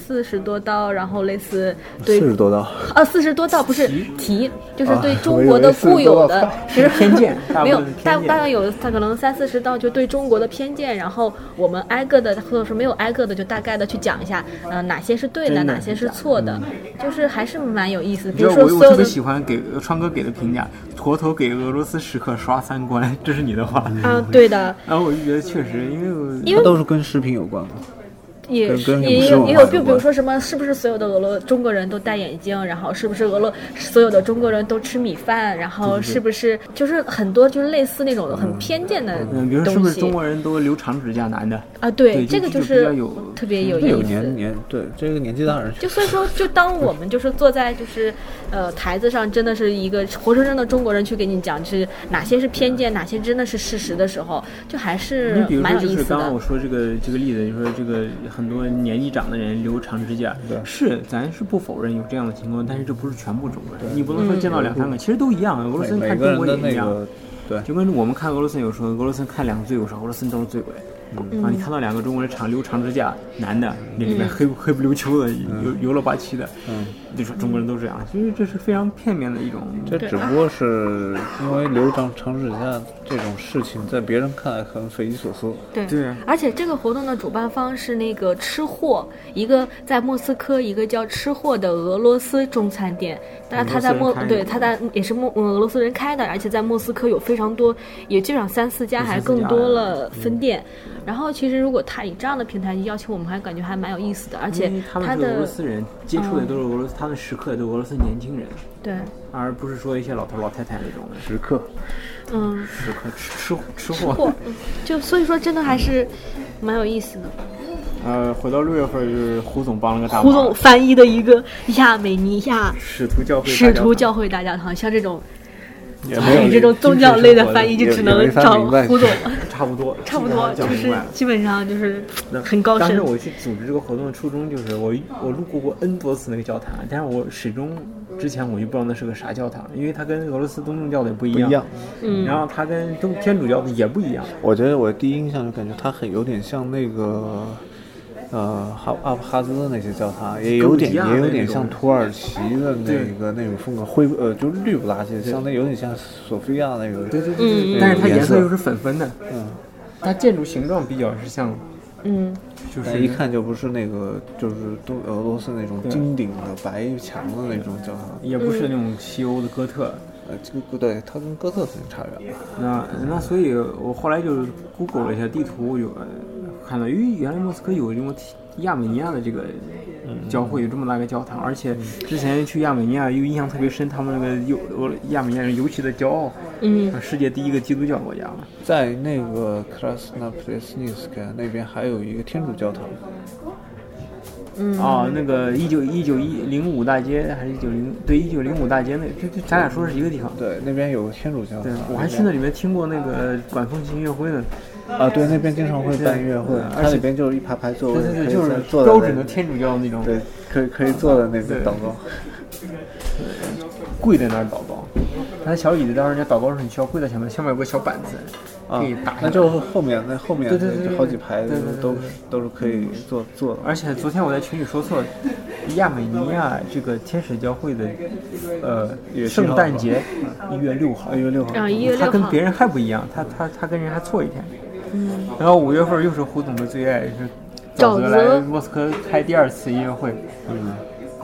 [SPEAKER 4] 四十多道，然后类似对
[SPEAKER 1] 四十多道，
[SPEAKER 4] 啊，四十多道不是题，就是对
[SPEAKER 1] 我以
[SPEAKER 4] 中
[SPEAKER 1] 为
[SPEAKER 4] 国的
[SPEAKER 1] 40
[SPEAKER 4] 固有
[SPEAKER 1] 多
[SPEAKER 4] 的
[SPEAKER 1] <laughs> 道，
[SPEAKER 4] 其实
[SPEAKER 2] 偏见 <laughs> 大
[SPEAKER 4] 没
[SPEAKER 2] 部
[SPEAKER 4] 有
[SPEAKER 2] 分是
[SPEAKER 4] 大
[SPEAKER 2] 偏见
[SPEAKER 4] 大概有他可能三四十道，就对中国的偏见，然后我们挨个的或者是没有挨个的，就大概的去讲一下，呃，哪些是对的，
[SPEAKER 2] 真的嗯
[SPEAKER 4] 哪些是错的，就是还是蛮有意思。
[SPEAKER 2] 你
[SPEAKER 4] 比
[SPEAKER 2] 知
[SPEAKER 4] 如
[SPEAKER 2] 道
[SPEAKER 4] 说
[SPEAKER 2] 我我
[SPEAKER 4] 所
[SPEAKER 2] 特
[SPEAKER 4] 有
[SPEAKER 2] 别
[SPEAKER 4] 的
[SPEAKER 2] 喜欢给呃川哥给的评价，妥妥给俄罗斯时刻刷三观，这是你的话。
[SPEAKER 1] 嗯
[SPEAKER 4] 啊，对的，
[SPEAKER 2] <laughs> 然后我就觉得确实，因为我
[SPEAKER 4] 因
[SPEAKER 1] 它
[SPEAKER 4] 为
[SPEAKER 1] 都是跟食品有关的。
[SPEAKER 4] 也
[SPEAKER 1] 跟
[SPEAKER 4] 是
[SPEAKER 1] 跟
[SPEAKER 4] 也
[SPEAKER 1] 饮
[SPEAKER 4] 也
[SPEAKER 1] 食
[SPEAKER 4] 有
[SPEAKER 1] 文
[SPEAKER 4] 也
[SPEAKER 1] 化
[SPEAKER 4] 有，就
[SPEAKER 1] 有
[SPEAKER 4] 比如
[SPEAKER 1] 关
[SPEAKER 4] 说什么，是不是所有的俄罗中国人都戴眼镜？然后是不是俄罗所有的中国人都吃米饭？然后是不是就是很多就是类似那种很偏见的
[SPEAKER 2] 嗯，比如说是
[SPEAKER 4] 东
[SPEAKER 2] 不是
[SPEAKER 4] 西
[SPEAKER 2] 中国人都留长指甲男的？
[SPEAKER 4] 啊？对，
[SPEAKER 2] 对
[SPEAKER 4] 这
[SPEAKER 2] 就
[SPEAKER 4] 个
[SPEAKER 2] 就
[SPEAKER 4] 就
[SPEAKER 2] 比
[SPEAKER 4] 是
[SPEAKER 2] 较有
[SPEAKER 4] 特别有
[SPEAKER 1] 那有
[SPEAKER 4] 意
[SPEAKER 1] 年
[SPEAKER 4] 思。
[SPEAKER 1] 年对这个年纪大人去
[SPEAKER 4] 就所以说，就当我们就是坐在就是，呃，台子上，真的是一个活生生的中国人去给你讲，是哪些是偏见，哪些真的是事实的时候，就还
[SPEAKER 2] 你
[SPEAKER 4] 是
[SPEAKER 2] 比如
[SPEAKER 4] 蛮
[SPEAKER 2] 说，
[SPEAKER 4] 有
[SPEAKER 2] 就
[SPEAKER 4] 意
[SPEAKER 2] 是
[SPEAKER 4] 思
[SPEAKER 2] 刚刚
[SPEAKER 4] 的
[SPEAKER 2] 我。说这个这个例子，你说这个很多年纪长的人留长指甲，是咱是不否认有这样的情况，但是这不是全部中国人，你不能说
[SPEAKER 4] 嗯
[SPEAKER 2] 见到两三个，其实都一样，俄罗斯人
[SPEAKER 1] 每每
[SPEAKER 2] 看
[SPEAKER 1] 个
[SPEAKER 2] 中
[SPEAKER 1] 人
[SPEAKER 2] 国
[SPEAKER 1] 的
[SPEAKER 2] 也
[SPEAKER 1] 那
[SPEAKER 2] 一样。
[SPEAKER 1] 个
[SPEAKER 4] 嗯
[SPEAKER 1] 对。
[SPEAKER 2] 就跟我们看俄罗斯有时候，俄罗斯看两个醉鬼说俄罗斯人都是醉鬼。
[SPEAKER 4] 嗯
[SPEAKER 2] 啊，你看到两个中国人长留长指甲，男的，那里面黑不、黑不溜秋的，油油了吧唧的，嗯，就说中国人都这样，其实这是非常片面的一种。
[SPEAKER 4] 嗯
[SPEAKER 1] 这只
[SPEAKER 4] 啊
[SPEAKER 1] 不过是因为留长长指甲这种事情，在别人看来可能匪夷所思。
[SPEAKER 4] 对
[SPEAKER 2] 对啊
[SPEAKER 4] 而且这个活动的主办方是那个吃货，一个在莫斯科，一个叫吃货的俄罗斯中餐店。但是他在
[SPEAKER 2] 俄
[SPEAKER 4] 莫
[SPEAKER 2] 罗斯人
[SPEAKER 4] 对
[SPEAKER 2] 开的
[SPEAKER 4] 他在也是莫嗯俄罗斯人开的，而且在莫斯科有非常多，也基本上三四家还是更多了分店。
[SPEAKER 2] 嗯
[SPEAKER 4] 然后其实如果他以这样的平台邀请我们，还感觉还蛮有意思的，而且
[SPEAKER 2] 因为他们是俄罗
[SPEAKER 4] 的
[SPEAKER 2] 斯人，接触的都是俄罗斯，他们时刻都是俄罗斯年轻人，
[SPEAKER 4] 对
[SPEAKER 2] 而不是说一些老头老太太那种
[SPEAKER 1] 时刻，
[SPEAKER 4] 嗯
[SPEAKER 2] 时刻吃吃吃
[SPEAKER 4] 货
[SPEAKER 2] 货。，
[SPEAKER 4] 嗯就所以说真的还是蛮有意思的。
[SPEAKER 2] 呃，回到六月份，就是胡总帮了个大忙，
[SPEAKER 4] 胡总翻译的一个亚美尼亚
[SPEAKER 2] 使徒教会大
[SPEAKER 4] 使
[SPEAKER 2] 教
[SPEAKER 4] 徒
[SPEAKER 2] 堂
[SPEAKER 4] 教会大教堂，像这种
[SPEAKER 2] <laughs>
[SPEAKER 1] 也没
[SPEAKER 2] <laughs>
[SPEAKER 1] 有
[SPEAKER 4] 这种宗教类的翻译就只能找胡总。
[SPEAKER 2] 差不多，
[SPEAKER 4] 差不多
[SPEAKER 2] 基
[SPEAKER 4] 就
[SPEAKER 2] 本上讲明
[SPEAKER 4] 是
[SPEAKER 2] 白了
[SPEAKER 4] 基本上就是
[SPEAKER 2] 那
[SPEAKER 4] 很高
[SPEAKER 2] 当
[SPEAKER 4] 深
[SPEAKER 2] 时。我去组织这个活动的初衷就是我我路过过 N 多次那个教堂，但是我始终之前我就不知道那是个啥教堂，因为它跟俄罗斯东正教的也不一
[SPEAKER 7] 不一样，
[SPEAKER 4] 嗯
[SPEAKER 2] 然后它跟东天主教的也不一样。
[SPEAKER 1] 我觉得我第一印象就感觉它很有点像那个，呃，哈阿布哈兹的那些教堂，也有点
[SPEAKER 2] 格鲁吉亚的
[SPEAKER 1] 也有
[SPEAKER 2] 那
[SPEAKER 1] 点
[SPEAKER 2] 种
[SPEAKER 1] 像土耳其的那
[SPEAKER 2] 对
[SPEAKER 1] 个那种风格，灰呃就是绿不拉几，像那有点像索菲亚那个。
[SPEAKER 2] 对对对对，
[SPEAKER 1] 嗯
[SPEAKER 2] 但是它
[SPEAKER 1] 颜
[SPEAKER 2] 颜色
[SPEAKER 1] 色
[SPEAKER 2] 又是粉粉的，嗯，它建筑形状比较是像，
[SPEAKER 4] 嗯，
[SPEAKER 2] 就
[SPEAKER 1] 但
[SPEAKER 2] 是
[SPEAKER 1] 一看就不是那个，就是东俄罗斯那种金顶的白墙的那种教堂，
[SPEAKER 2] 也不是那种西欧的哥特，
[SPEAKER 1] 呃，这个不对，它跟哥特肯定差远了。
[SPEAKER 2] 那那所以，我后来就是 Google 了一下地图，有呃看到，咦，原来莫斯科有这么提亚美尼亚的这个教会，有这么大个教堂，而且之前去亚美尼亚又印象特别深，他们那个有俄亚美尼亚人尤其的骄傲，呃
[SPEAKER 4] 嗯，
[SPEAKER 2] 世界第一个基督教国家嘛，
[SPEAKER 1] 在那个 Krasnoplesnitska 那边还有一个天主教堂，
[SPEAKER 2] 啊，那个一九一九一零五大街还是一九零对一九零五大街那，这这咱俩说的是一个地方。
[SPEAKER 1] 对，那边有个天主教
[SPEAKER 2] 对
[SPEAKER 1] 堂，，
[SPEAKER 2] 我还去那里面听过那个管风琴音乐会呢，
[SPEAKER 1] 啊，对，那边经常会办音乐会
[SPEAKER 2] 对，而
[SPEAKER 1] 它
[SPEAKER 2] 且
[SPEAKER 1] 里边就是一排排座
[SPEAKER 2] 对
[SPEAKER 1] 位，
[SPEAKER 2] 对
[SPEAKER 1] 可
[SPEAKER 2] 对，
[SPEAKER 1] 以
[SPEAKER 2] 就是
[SPEAKER 1] 在坐在
[SPEAKER 2] 标准
[SPEAKER 1] 那
[SPEAKER 2] 的天主教那种，
[SPEAKER 1] 对，可以可以坐在那边
[SPEAKER 2] 对
[SPEAKER 1] 祷告。
[SPEAKER 2] 跪在那儿祷告，他的小椅子当时人家祷告的时候，你需要跪在前面，下面有个小板子，
[SPEAKER 1] 啊
[SPEAKER 2] 可以打，下
[SPEAKER 1] 那
[SPEAKER 2] 来。
[SPEAKER 1] 就是后面那后面
[SPEAKER 2] 对对对对
[SPEAKER 1] 就好几排
[SPEAKER 2] 对对对
[SPEAKER 1] 都
[SPEAKER 2] 对对
[SPEAKER 1] 都是可以坐坐的。
[SPEAKER 2] 而且昨天我在群里说错，亚美尼亚这个天使教会的，
[SPEAKER 1] 也
[SPEAKER 2] 呃，
[SPEAKER 1] 是
[SPEAKER 2] 圣诞节一月六号，一月六号
[SPEAKER 4] 啊1月6号
[SPEAKER 2] 他跟别人还不一样，他他他跟人还错一天。然后五月份又是胡总的最爱，是
[SPEAKER 4] 沼泽
[SPEAKER 2] 泽来莫斯科开第二次音乐会。嗯，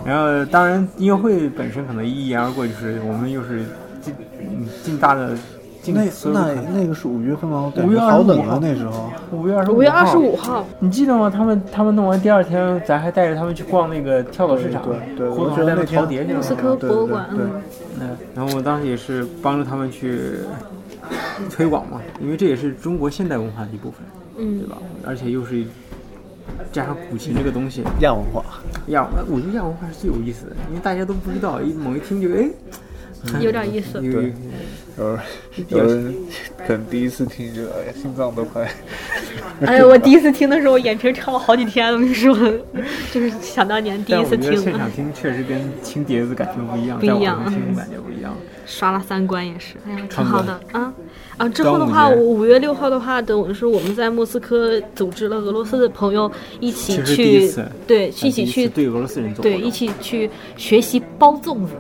[SPEAKER 2] 然后当然音乐会本身可能一言而过，就是我们又是尽嗯尽大的尽
[SPEAKER 1] 那
[SPEAKER 2] 所有的
[SPEAKER 1] 那
[SPEAKER 2] 可能
[SPEAKER 1] 那个是五月份吗？我感
[SPEAKER 2] 5
[SPEAKER 1] 觉
[SPEAKER 2] 月
[SPEAKER 1] 好冷
[SPEAKER 2] 25
[SPEAKER 1] 啊
[SPEAKER 2] 号，
[SPEAKER 1] 那时候。
[SPEAKER 2] 五月二十
[SPEAKER 4] 五月二十五，号，
[SPEAKER 2] 你记得吗？他们他们弄完第二天，咱还带着他们去逛那个跳蚤市场，
[SPEAKER 1] 对对
[SPEAKER 2] 胡
[SPEAKER 1] 我
[SPEAKER 2] 总还
[SPEAKER 1] 觉得
[SPEAKER 2] 带
[SPEAKER 1] 那
[SPEAKER 2] 着
[SPEAKER 1] 天
[SPEAKER 2] 陶碟去了。
[SPEAKER 4] 莫斯科博物馆，
[SPEAKER 1] 对对
[SPEAKER 4] 嗯
[SPEAKER 2] 嗯，然后我当时也是帮着他们去推广嘛，因为这也是中国现代文化的一部分，对
[SPEAKER 4] 嗯，
[SPEAKER 2] 吧？而且又是加上古琴这个东西，
[SPEAKER 1] 亚文化，
[SPEAKER 2] 亚，我觉得亚文化是最有意思的，因为大家都不知道，一猛一听就哎，
[SPEAKER 4] 有点意思。
[SPEAKER 2] 有有
[SPEAKER 1] 有人有人可能第一次听就哎呀心脏都快。
[SPEAKER 4] 哎呀，我第一次听的时候，眼皮儿插了好几天。我跟你说， <laughs> 就是想当年第
[SPEAKER 2] 但
[SPEAKER 4] 一
[SPEAKER 2] 我
[SPEAKER 4] 次
[SPEAKER 2] 觉得现
[SPEAKER 4] 听，啊
[SPEAKER 2] 场听确实跟听碟子感觉不一样，
[SPEAKER 4] 不一样
[SPEAKER 2] 在网上听感觉不一样。
[SPEAKER 4] 刷了三关也是，哎呀，挺
[SPEAKER 2] 川
[SPEAKER 4] 好
[SPEAKER 2] 哥
[SPEAKER 4] 的啊。啊，之后的话，
[SPEAKER 2] 端午节
[SPEAKER 4] 我五月六号的话，等于是我们在莫斯科组织了俄罗斯的朋友一起
[SPEAKER 2] 其实第一
[SPEAKER 4] 去
[SPEAKER 2] 次，啊
[SPEAKER 4] 对，一起
[SPEAKER 2] 第一
[SPEAKER 4] 去
[SPEAKER 2] 次对俄罗斯人做活
[SPEAKER 4] 对，
[SPEAKER 2] 动
[SPEAKER 4] 一起去学习包粽子，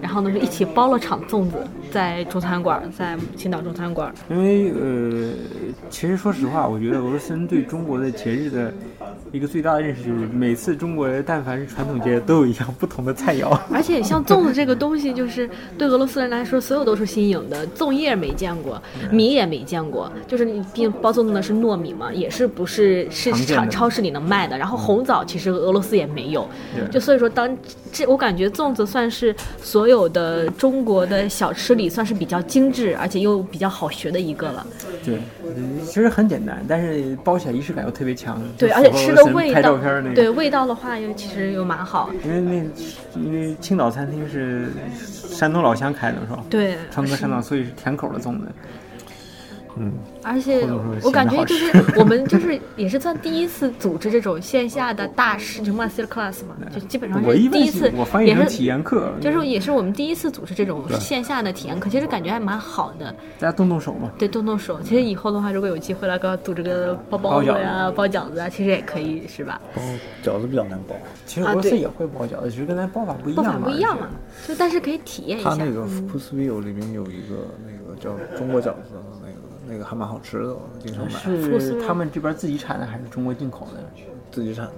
[SPEAKER 4] 然后呢，就一起包了场粽子，在中餐馆，在青岛中餐馆。
[SPEAKER 2] 因为呃，其实说实话，我觉得俄罗斯人对中国的节日的一个最大的认识就是，每次中国人但凡是传统节日，都有一样不同的菜
[SPEAKER 4] <laughs>
[SPEAKER 2] 肴。
[SPEAKER 4] 而且像粽子这个东西，就是对俄罗斯人来说，所有都是新颖的，粽叶没见过，米也没见过，就是你毕竟包粽子的是糯米嘛，也是不是是
[SPEAKER 2] 常见
[SPEAKER 4] 超
[SPEAKER 2] 的嗯
[SPEAKER 4] 超市里能卖的。然后红枣其实俄罗斯也没有，
[SPEAKER 2] 对
[SPEAKER 4] 就所以说当这我感觉粽子算是所有的中国的小吃里算是比较精致，而且又比较好学的一个了。
[SPEAKER 2] 对，嗯其实很简单，但是包起来仪式感又特别强。
[SPEAKER 4] 对，
[SPEAKER 2] 就
[SPEAKER 4] 而且
[SPEAKER 2] 符合
[SPEAKER 4] 吃
[SPEAKER 2] 俄
[SPEAKER 4] 的
[SPEAKER 2] 罗斯人
[SPEAKER 4] 味
[SPEAKER 2] 拍
[SPEAKER 4] 道
[SPEAKER 2] 照片儿那，个。
[SPEAKER 4] 对味道的话又其实又蛮好。
[SPEAKER 2] 因为那因为青岛餐厅是山东老乡开的，是吧？，
[SPEAKER 4] 对，
[SPEAKER 2] 川哥山东，所以是甜口的粽子。
[SPEAKER 4] 而且我感觉就是我们就是也是算第一次组织这种线下的大师，就 master class 嘛，就基本上
[SPEAKER 2] 我
[SPEAKER 4] 是
[SPEAKER 2] 一
[SPEAKER 4] 第
[SPEAKER 2] 般
[SPEAKER 4] 一次
[SPEAKER 2] 是，我翻译
[SPEAKER 4] 也
[SPEAKER 2] 成
[SPEAKER 4] 是
[SPEAKER 2] 体验课，
[SPEAKER 4] 就是也是我们第一次组织这种线下的体验课，其实感觉还蛮好的。
[SPEAKER 2] 大家动动手嘛。
[SPEAKER 4] 对，动动手。其实以后的话，如果有机会了，刚组织个包包子呀、包饺子啊，其实也可以，是吧？
[SPEAKER 1] 饺子比较难包，
[SPEAKER 2] 其实
[SPEAKER 4] 啊
[SPEAKER 2] 俄罗斯
[SPEAKER 4] 对
[SPEAKER 2] 也会包饺子，只是跟咱包法不一
[SPEAKER 4] 包
[SPEAKER 2] 样
[SPEAKER 4] 法不一样
[SPEAKER 2] 嘛
[SPEAKER 4] 嘛。，就但是可以体验一
[SPEAKER 1] 它
[SPEAKER 4] 下。嗯
[SPEAKER 1] 那个 p u s v i o 里面有一个那个叫中国饺子的那个那个还蛮好吃的，我经常买，
[SPEAKER 2] 是他们这边自己产的还是中国进口的？
[SPEAKER 1] 自己产的。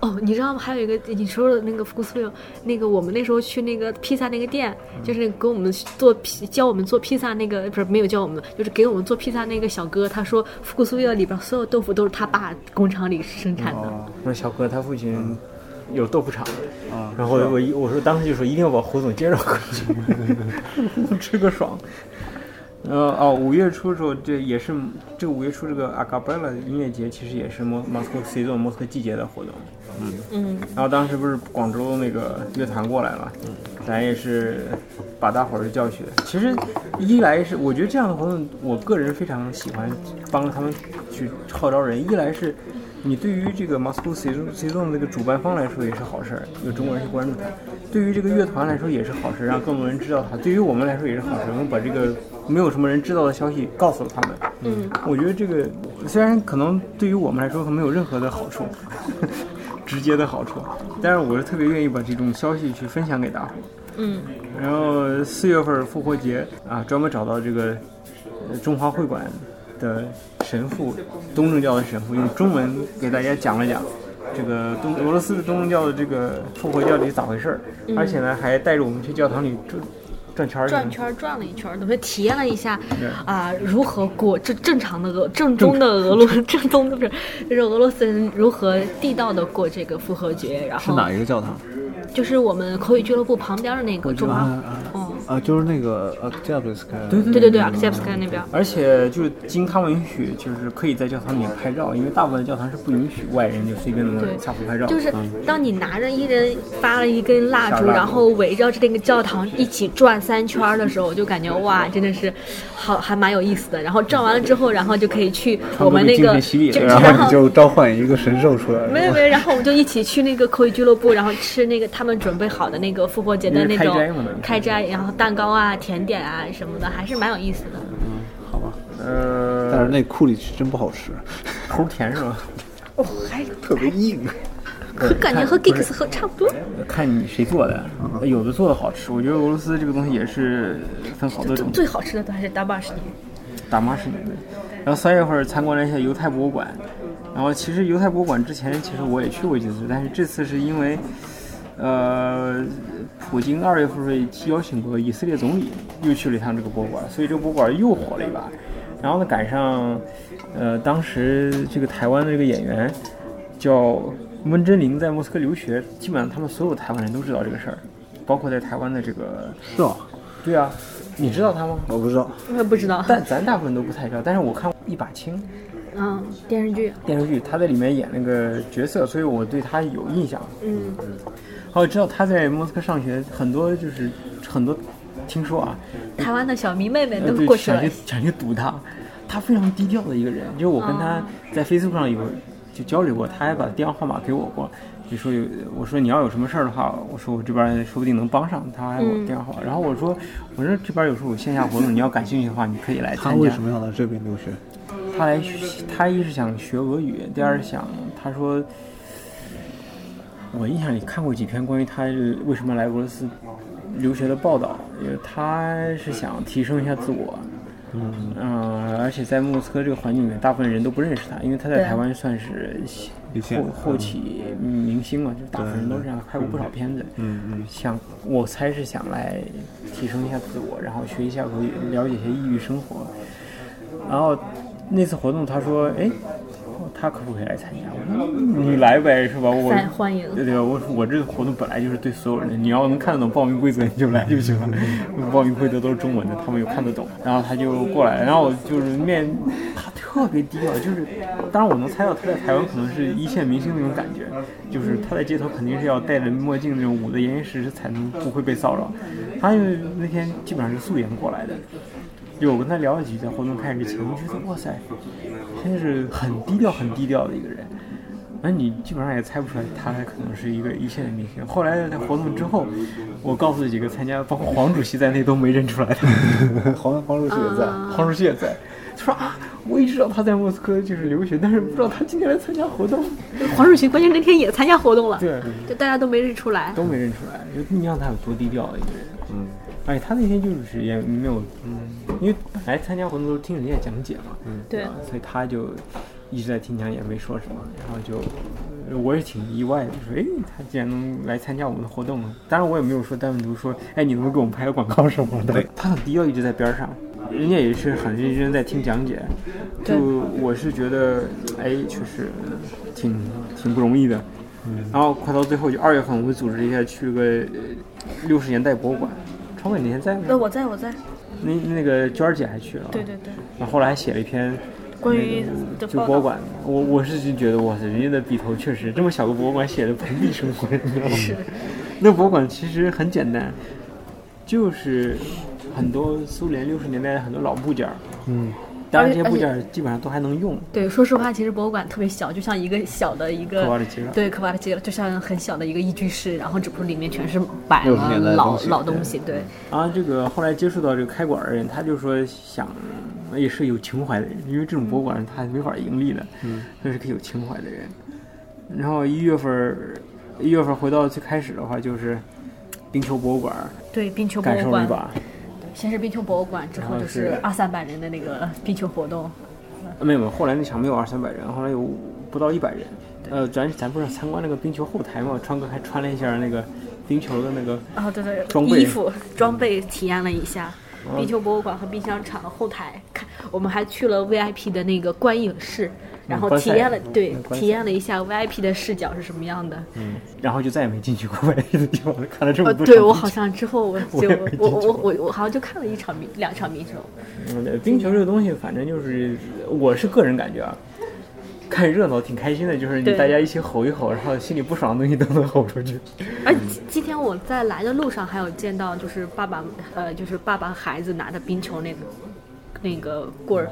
[SPEAKER 4] 哦，你知道吗？还有一个你说的那个福斯六，那个我们那时候去那个披萨那个店，就是给我们做披教我们做披萨那个不是没有教我们，就是给我们做披萨那个小哥，他说福斯六里边所有豆腐都是他爸工厂里生产的。
[SPEAKER 1] 哦，
[SPEAKER 2] 我说小哥他父亲有豆腐厂，然后我一我说当时就说一定要把胡总介绍过去， <laughs> 吃个爽。呃哦，五月初的时候，这也是这个五月初这个阿卡贝拉音乐节，其实也是莫莫斯科 C 座莫斯科季节的活动。嗯嗯。然后当时不是广州那个乐团过来嘛，咱也是把大伙儿叫去。其实一来是我觉得这样的活动，我个人非常喜欢帮他们去号召人。一来是你对于这个 Moscow s e a s o n 这个主办方来说也是好事儿，有中国人去关注它；对于这个乐团来说也是好事，让更多人知道它；对于我们来说也是好事，我们把这个没有什么人知道的消息告诉了他们。嗯，我觉得这个虽然可能对于我们来说可能没有任何的好处， <laughs> 直接的好处，但是我是特别愿意把这种消息去分享给大伙。
[SPEAKER 4] 嗯，
[SPEAKER 2] 然后四月份复活节啊，专门找到这个呃中华会馆的神父，东正教的神父，用中文给大家讲了讲这个东俄罗斯的东正教的这个复活节到底咋回事儿，而且呢还带着我们去教堂里转转圈儿去呢，
[SPEAKER 4] 嗯转圈儿转了一圈儿，等于体验了一下
[SPEAKER 2] 对
[SPEAKER 4] 啊、如何过正正常的俄正宗的俄罗正宗的不是，就是俄罗斯人如何地道的过这个复合节，然
[SPEAKER 1] 是
[SPEAKER 4] 后
[SPEAKER 1] 哪一个教堂？
[SPEAKER 4] 就是我们口语俱乐部旁边的那个中华，哦，
[SPEAKER 1] 啊，就是那个 a k t a b l s k
[SPEAKER 2] 对对
[SPEAKER 4] 对对对 a k s e p s k 那边，
[SPEAKER 2] 而且就是经他们允许，就是可以在教堂里面拍照，因为大部分教堂是不允许外人就随便能
[SPEAKER 4] 对
[SPEAKER 2] 下去拍照。嗯
[SPEAKER 4] 就是当你拿着一人发了一根蜡
[SPEAKER 2] 小
[SPEAKER 4] 烛，
[SPEAKER 2] 蜡烛
[SPEAKER 4] 然后围绕着那个教堂一起转三圈儿的时候，我就感觉哇，真的是好还蛮有意思的。然后转完了之后，然后就可以去我们那
[SPEAKER 2] 精
[SPEAKER 4] 个
[SPEAKER 2] 神洗礼
[SPEAKER 4] 就
[SPEAKER 2] 了
[SPEAKER 1] 然后
[SPEAKER 4] 后
[SPEAKER 1] 你就召唤一个神兽出来了。
[SPEAKER 4] 没有没有，然后我们就一起去那个口语俱乐部，然后吃那个他们准备好的那个复活节的那
[SPEAKER 2] 那是开斋吗
[SPEAKER 4] 种开斋，然后蛋糕啊、甜点啊什么的，还是蛮有意思的。
[SPEAKER 2] 呃，
[SPEAKER 1] 但是那库里奇真不好吃，
[SPEAKER 2] 齁甜是吧？呃
[SPEAKER 1] 特别硬。
[SPEAKER 4] 可感觉和
[SPEAKER 2] 不是
[SPEAKER 4] Geeks 和差不多，
[SPEAKER 2] 看你谁做的，啊有的做的好吃。我觉得俄罗斯这个东西也是分好多种，
[SPEAKER 4] 最好吃的都还是大巴士尼。
[SPEAKER 2] 打妈是你的。然后三月份参观了一下犹太博物馆，然后其实犹太博物馆之前其实我也去过几次，但是这次是因为，呃，普京二月份邀请过以色列总理又去了一趟这个博物馆，所以这个博物馆又火了一把。然后呢，赶上，呃，当时这个台湾的这个演员叫温真菱在莫斯科留学，基本上他们所有台湾人都知道这个事儿，包括在台湾的这个，
[SPEAKER 1] 是啊，
[SPEAKER 2] 对啊，你知道他吗？
[SPEAKER 1] 我不知道。
[SPEAKER 4] 我也不知道，
[SPEAKER 2] 但咱大部分都不太知道，但是我看过一把青
[SPEAKER 4] 嗯，电视剧，
[SPEAKER 2] 电视剧，他在里面演那个角色，所以我对他有印象。
[SPEAKER 4] 嗯，
[SPEAKER 2] 然后知道他在莫斯科上学，很多就是很多，听说啊，
[SPEAKER 4] 台湾的小迷妹们
[SPEAKER 2] 呃
[SPEAKER 4] 都
[SPEAKER 2] 对
[SPEAKER 4] 过去
[SPEAKER 2] 想
[SPEAKER 4] 了
[SPEAKER 2] 去。想去堵他，他非常低调的一个人。就是我跟他在 Facebook 上有就交流过，他还把电话号码给我过，就说有我说你要有什么事儿的话，我说我这边说不定能帮上，他还有我电话号码。然后我说我说这边有时候有线下活动，你要感兴趣的话，你可以来参加。
[SPEAKER 1] 他为什么要来这边留学？
[SPEAKER 2] 他来学，他一是想学俄语，第二是想，他说，我印象里看过几篇关于他为什么来俄罗斯留学的报道，因为他是想提升一下自我。嗯、而且在莫斯科这个环境里面，大部分人都不认识他，因为他在
[SPEAKER 4] 对
[SPEAKER 2] 台湾算是
[SPEAKER 1] 一线
[SPEAKER 2] 后后期明星嘛，就大部分人都这样，拍过不少片子。嗯嗯，想我猜是想来提升一下自我，然后学一下俄语，了解一下异域生活。然后那次活动，他说：“哎，他可不可以来参加？”我说：“嗯你来呗，是吧？”我
[SPEAKER 4] 再欢迎
[SPEAKER 2] 对对吧，我说我这个活动本来就是对所有人的，你要能看得懂报名规则你就来就行了。报名规则都是中文的，他们有看得懂。然后他就过来，然后我就是面，他特别低调，就是，当然我能猜到他在台湾可能是一线明星那种感觉，就是他在街头肯定是要戴着墨镜那种捂得严严实实才能不会被骚扰。他就那天基本上是素颜过来的。就我跟他聊了几句，在活动开始之前，我觉得哇塞，真是很低调、很低调的一个人。那你基本上也猜不出来，他可能是一个一线的明星。后来在活动之后，我告诉几个参加，包括黄主席在内都没认出来他。
[SPEAKER 1] <laughs> 黄黄主席也
[SPEAKER 4] 啊
[SPEAKER 1] 在。
[SPEAKER 2] <laughs> 黄主席也在，他说啊，我一直知道他在莫斯科就是留学，但是不知道他今天来参加活动，
[SPEAKER 4] 黄主席关键那天也参加活动了，
[SPEAKER 2] 对，
[SPEAKER 4] 就大家都没认出来。
[SPEAKER 2] 都没认出来。就你想他有多低调的一个人，嗯。而且他那天就是也没有，嗯，因为本来参加活动都是听人家讲解嘛，嗯，
[SPEAKER 4] 对
[SPEAKER 2] 吧所以他就一直在听讲，也没说什么，然后就。呃我也挺意外的，就说哎，他竟然能来参加我们的活动，当然我也没有说单独说，哎，你能不能给我们拍个广告什么的。他很低调，一直在边上，人家也是很认真在听讲解。就我是觉得，哎，确实挺挺不容易的。
[SPEAKER 4] 嗯
[SPEAKER 2] 然后快到最后，就二月份我会组织一下去个六十年代博物馆。超伟，你那天在吗？
[SPEAKER 4] 我在我在，
[SPEAKER 2] 那那个娟儿姐还去了。啊
[SPEAKER 4] 对对对，
[SPEAKER 2] 然后后来还写了一篇
[SPEAKER 4] 关于的
[SPEAKER 2] 就
[SPEAKER 4] 报
[SPEAKER 2] 博物
[SPEAKER 4] 道。
[SPEAKER 2] 馆，我我是就觉得哇塞，人家的笔头确实这么小个博物馆写的蓬荜生辉，你知道吗？那博物馆其实很简单，就是很多苏联六十年代的很多老部件儿，
[SPEAKER 8] 嗯，
[SPEAKER 2] 当然
[SPEAKER 4] 而
[SPEAKER 2] 这
[SPEAKER 4] 且
[SPEAKER 2] 些部件儿基本上都还能用，
[SPEAKER 4] 对，说实话，其实博物馆特别小，就像一个小的一
[SPEAKER 2] 科瓦
[SPEAKER 4] 个
[SPEAKER 2] 里奇了。
[SPEAKER 4] 对科瓦尔基，就像很小的一个一居室，然后只不过里面全是摆
[SPEAKER 1] 60年代
[SPEAKER 4] 了
[SPEAKER 1] 的
[SPEAKER 4] 老
[SPEAKER 1] 东西
[SPEAKER 4] 老
[SPEAKER 1] 对
[SPEAKER 4] 东西，对，
[SPEAKER 2] 啊，这个后来接触到这个开馆的人，他就说想也是有情怀的人，因为这种博物馆他没法盈利的，嗯，他是个有情怀的人。然后一月份儿，一月份儿回到最开始的话，就是冰球博物馆
[SPEAKER 4] 对，冰球博
[SPEAKER 2] 感
[SPEAKER 4] 物
[SPEAKER 2] 受了一
[SPEAKER 4] 馆，
[SPEAKER 2] 把，
[SPEAKER 4] 先是冰球博物馆，之
[SPEAKER 2] 然
[SPEAKER 4] 后
[SPEAKER 2] 后
[SPEAKER 4] 就是是二三百人的那个冰球活动，
[SPEAKER 2] 没有，没有，后来那场没有二三百人，后来有不到一百人。呃，咱咱不是参观那个冰球后台嘛，川哥还穿了一下那个冰球的那个
[SPEAKER 4] 啊，对对，
[SPEAKER 2] 装备嗯
[SPEAKER 4] 衣服装备体验了一下。冰球博物馆和冰箱厂的后台看，我们还去了 VIP 的那个观影室，然后
[SPEAKER 2] 观
[SPEAKER 4] 体
[SPEAKER 2] 赛
[SPEAKER 4] 验了对
[SPEAKER 2] 嗯观赛嗯
[SPEAKER 4] 体验了一下 VIP 的视角是什么样的。
[SPEAKER 2] 然后就再也没进去过 <laughs> 唯一的地方了。看了这么
[SPEAKER 4] 呃，
[SPEAKER 2] 多场冰球，
[SPEAKER 4] 对我好像之后我
[SPEAKER 2] <laughs> 我
[SPEAKER 4] 就
[SPEAKER 2] 也没
[SPEAKER 4] 我
[SPEAKER 2] 进去
[SPEAKER 4] 我我我好像就看了一场迷两场迷球，
[SPEAKER 2] 嗯对冰球这个东西，反正就是我是个人感觉啊，看热闹挺开心的，就是你
[SPEAKER 4] 对
[SPEAKER 2] 大家一起吼一吼，然后心里不爽的东西都能吼出去。
[SPEAKER 4] 而今今天我在来的路上还有见到，就是爸爸呃，就是爸爸孩子拿的冰球那个那个棍儿，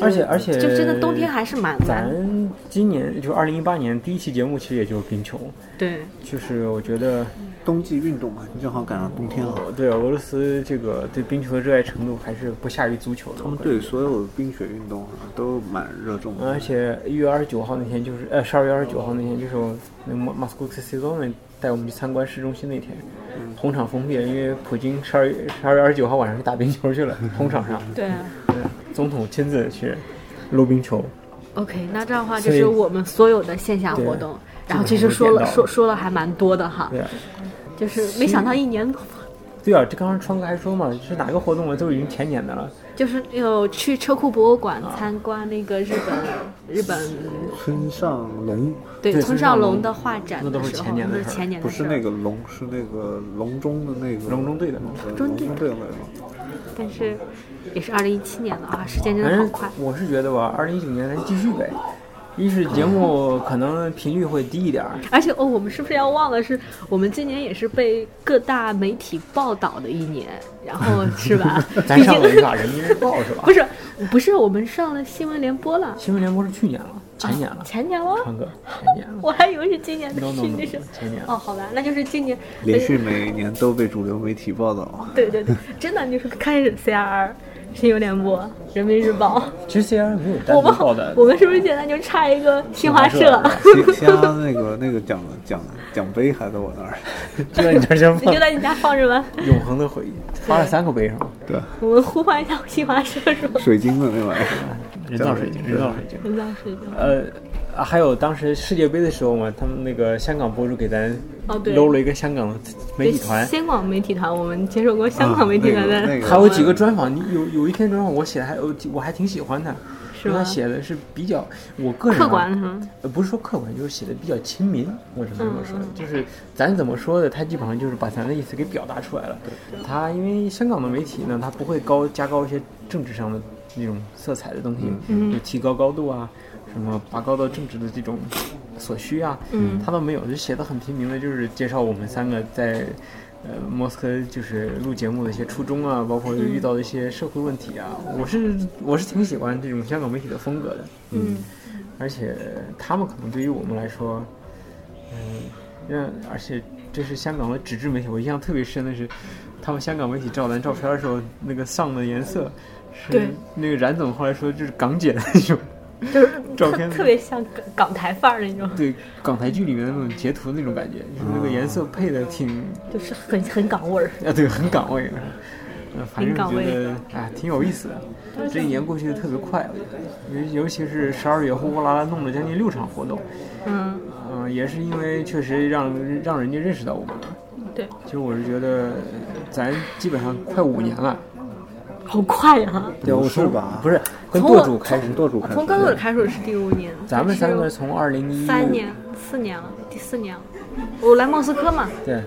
[SPEAKER 2] 而且而且，
[SPEAKER 4] 就真的冬天还是蛮
[SPEAKER 2] 呃咱
[SPEAKER 4] 蛮
[SPEAKER 2] 今年就二零一八年第一期节目，其实也就是冰球，
[SPEAKER 4] 对
[SPEAKER 2] 就是我觉得
[SPEAKER 1] 冬季运动嘛，你正好赶上冬天了。
[SPEAKER 2] 呃对俄罗斯这个对冰球的热爱程度还是不下于足球的。
[SPEAKER 1] 他们
[SPEAKER 2] 我感觉
[SPEAKER 1] 对所有冰雪运动啊都蛮热衷的。
[SPEAKER 2] 而且一月二十九号那天就是，呃，十二月二十九号那天就是我那个 Moscow City Government 带我们去参观市中心那天，红场封闭了，因为普京十二月十二月二十九号晚上去打冰球去了，红场上，
[SPEAKER 4] 对啊。
[SPEAKER 2] 总统亲自去搂冰球，
[SPEAKER 4] OK，那这样的话就
[SPEAKER 2] 所以
[SPEAKER 4] 是我们所有的线下活动，然后其实说
[SPEAKER 2] 这个
[SPEAKER 4] 了
[SPEAKER 2] 是我点到
[SPEAKER 4] 说说了还蛮多的哈
[SPEAKER 2] 对，啊，
[SPEAKER 4] 就是没想到一年，
[SPEAKER 2] 对啊，这刚刚川哥还说嘛，是哪个活动啊，都已经前年的了，
[SPEAKER 4] 就是有去车库博物馆
[SPEAKER 2] 啊
[SPEAKER 4] 参观那个日本、日本
[SPEAKER 1] 村上龙
[SPEAKER 4] 对
[SPEAKER 2] 对
[SPEAKER 4] 村上龙的画展
[SPEAKER 2] 那
[SPEAKER 4] 的
[SPEAKER 2] 都是
[SPEAKER 4] 时候，
[SPEAKER 2] 前年的
[SPEAKER 4] 那是
[SPEAKER 2] 事儿
[SPEAKER 4] 前年
[SPEAKER 1] 不
[SPEAKER 4] 的
[SPEAKER 1] 是
[SPEAKER 4] 事儿
[SPEAKER 1] 那个龙，是那个龙中的那个
[SPEAKER 2] 隆中队的嘛。
[SPEAKER 1] 对
[SPEAKER 4] 中
[SPEAKER 1] 龙
[SPEAKER 4] 队
[SPEAKER 1] 中队的那个。
[SPEAKER 4] 但是也是二零一七年了啊，时间真
[SPEAKER 2] 反
[SPEAKER 4] 的好
[SPEAKER 2] 正
[SPEAKER 4] 快。
[SPEAKER 2] 我是觉得吧，二零一九年咱继续呗，一是节
[SPEAKER 4] 嗯
[SPEAKER 2] 目可能频率会低一点儿，
[SPEAKER 4] <laughs> 而且哦，我们是不是要忘了是，我们今年也是被各大媒体报道的一年，然后是吧？
[SPEAKER 2] <laughs> 咱
[SPEAKER 4] 毕
[SPEAKER 2] 上
[SPEAKER 4] 竟
[SPEAKER 2] 了一把人民日报是吧
[SPEAKER 4] 不？是不是，我们上了新闻联播了，
[SPEAKER 2] 新闻联播是去年了，前年了，
[SPEAKER 4] 前年了，
[SPEAKER 2] 川哥，前年了。
[SPEAKER 4] <laughs> 我还以为是今年的
[SPEAKER 2] no
[SPEAKER 4] 事
[SPEAKER 2] no no，
[SPEAKER 4] 那是。
[SPEAKER 2] 前年
[SPEAKER 4] 哦，好吧，那就是今年
[SPEAKER 1] 连续每年都被主流媒体报道，
[SPEAKER 4] 对对对，真的就是开始 CRR、新闻联播、人民日报，
[SPEAKER 2] 其实 CR 没有单
[SPEAKER 4] 我
[SPEAKER 2] 独
[SPEAKER 4] 们
[SPEAKER 2] 报的，
[SPEAKER 4] 我们是不是现在就差一个新华
[SPEAKER 2] 新
[SPEAKER 4] 社
[SPEAKER 2] 华？
[SPEAKER 1] 其其他那个那个奖奖奖杯还在我那儿。
[SPEAKER 2] 就在你这儿
[SPEAKER 4] <laughs>
[SPEAKER 2] 先
[SPEAKER 4] 你
[SPEAKER 2] 放
[SPEAKER 4] 就。在你家放着吧， <laughs>
[SPEAKER 2] 永恒的回忆，发了三个杯上，
[SPEAKER 1] 对，
[SPEAKER 4] 我们呼唤一下新华社
[SPEAKER 2] <laughs>
[SPEAKER 4] 说，
[SPEAKER 1] 水晶的那玩意儿，
[SPEAKER 2] 人造水晶，人造水晶。
[SPEAKER 4] 人造水晶。
[SPEAKER 2] 呃，啊还有当时世界杯的时候嘛，他们那个香港博主给咱
[SPEAKER 4] 哦对
[SPEAKER 2] 搂了一个香港的媒体团，
[SPEAKER 4] 香港媒体团，我们接受过香港媒体团的，
[SPEAKER 1] 啊那个那个
[SPEAKER 2] 还有几哎个专访，你有有一篇专访我写的还我我还挺喜欢的，
[SPEAKER 4] 是
[SPEAKER 2] 因为
[SPEAKER 4] 吗
[SPEAKER 2] 他写的是比较我个人啊
[SPEAKER 4] 客观哈。
[SPEAKER 2] 呃，不是说客观，就是写的比较亲民。我只能这么说，就是咱怎么说的，他基本上就是把咱的意思给表达出来了。他因为香港的媒体呢，他不会高加高一些政治上的那种色彩的东西，就提高高度啊，什么拔高到政治的这种所需啊，嗯、他倒没有，就写的很平民的，就是介绍我们三个在。呃，莫斯科就是录节目的一些初衷啊，包括遇到的一些社会问题啊，我是我是挺喜欢这种香港媒体的风格的。
[SPEAKER 4] 嗯，
[SPEAKER 2] 而且他们可能对于我们来说，嗯，让而且这是香港的纸质媒体，我印象特别深的是，他们香港媒体照咱照片的时候，那个上的颜色
[SPEAKER 4] 对
[SPEAKER 2] 是那个冉总后来说就是港姐的那种，
[SPEAKER 4] 就是
[SPEAKER 2] 嗯照
[SPEAKER 4] 特
[SPEAKER 2] 片
[SPEAKER 4] 特别像港港台范儿那种，
[SPEAKER 2] 对港台剧里面的那种截图那种感觉，就是那个颜色配的挺
[SPEAKER 4] 就是很很港味儿。
[SPEAKER 2] 啊，对，很港味。呃，反正
[SPEAKER 4] 很港
[SPEAKER 2] 觉
[SPEAKER 4] 味
[SPEAKER 2] 得啊，挺有意思的。这一年过去的特别快，我觉得尤尤其是十二月呼呼啦啦弄了将近六场活动，
[SPEAKER 4] 嗯，
[SPEAKER 2] 嗯，也是因为确实让让人家认识到我们了。
[SPEAKER 4] 对，
[SPEAKER 2] 其实我是觉得，咱基本上快五年了，
[SPEAKER 4] 好快啊！
[SPEAKER 2] 对，我从
[SPEAKER 1] 是吧
[SPEAKER 2] 不是，跟
[SPEAKER 4] 从我
[SPEAKER 2] 舵主开始
[SPEAKER 1] 从，舵主开始
[SPEAKER 4] 从刚开始开始是第五年，
[SPEAKER 2] 咱们三个
[SPEAKER 4] 但是
[SPEAKER 2] 从二零一
[SPEAKER 4] 三年、四年了，第四年了。我来莫斯科嘛，
[SPEAKER 2] 对，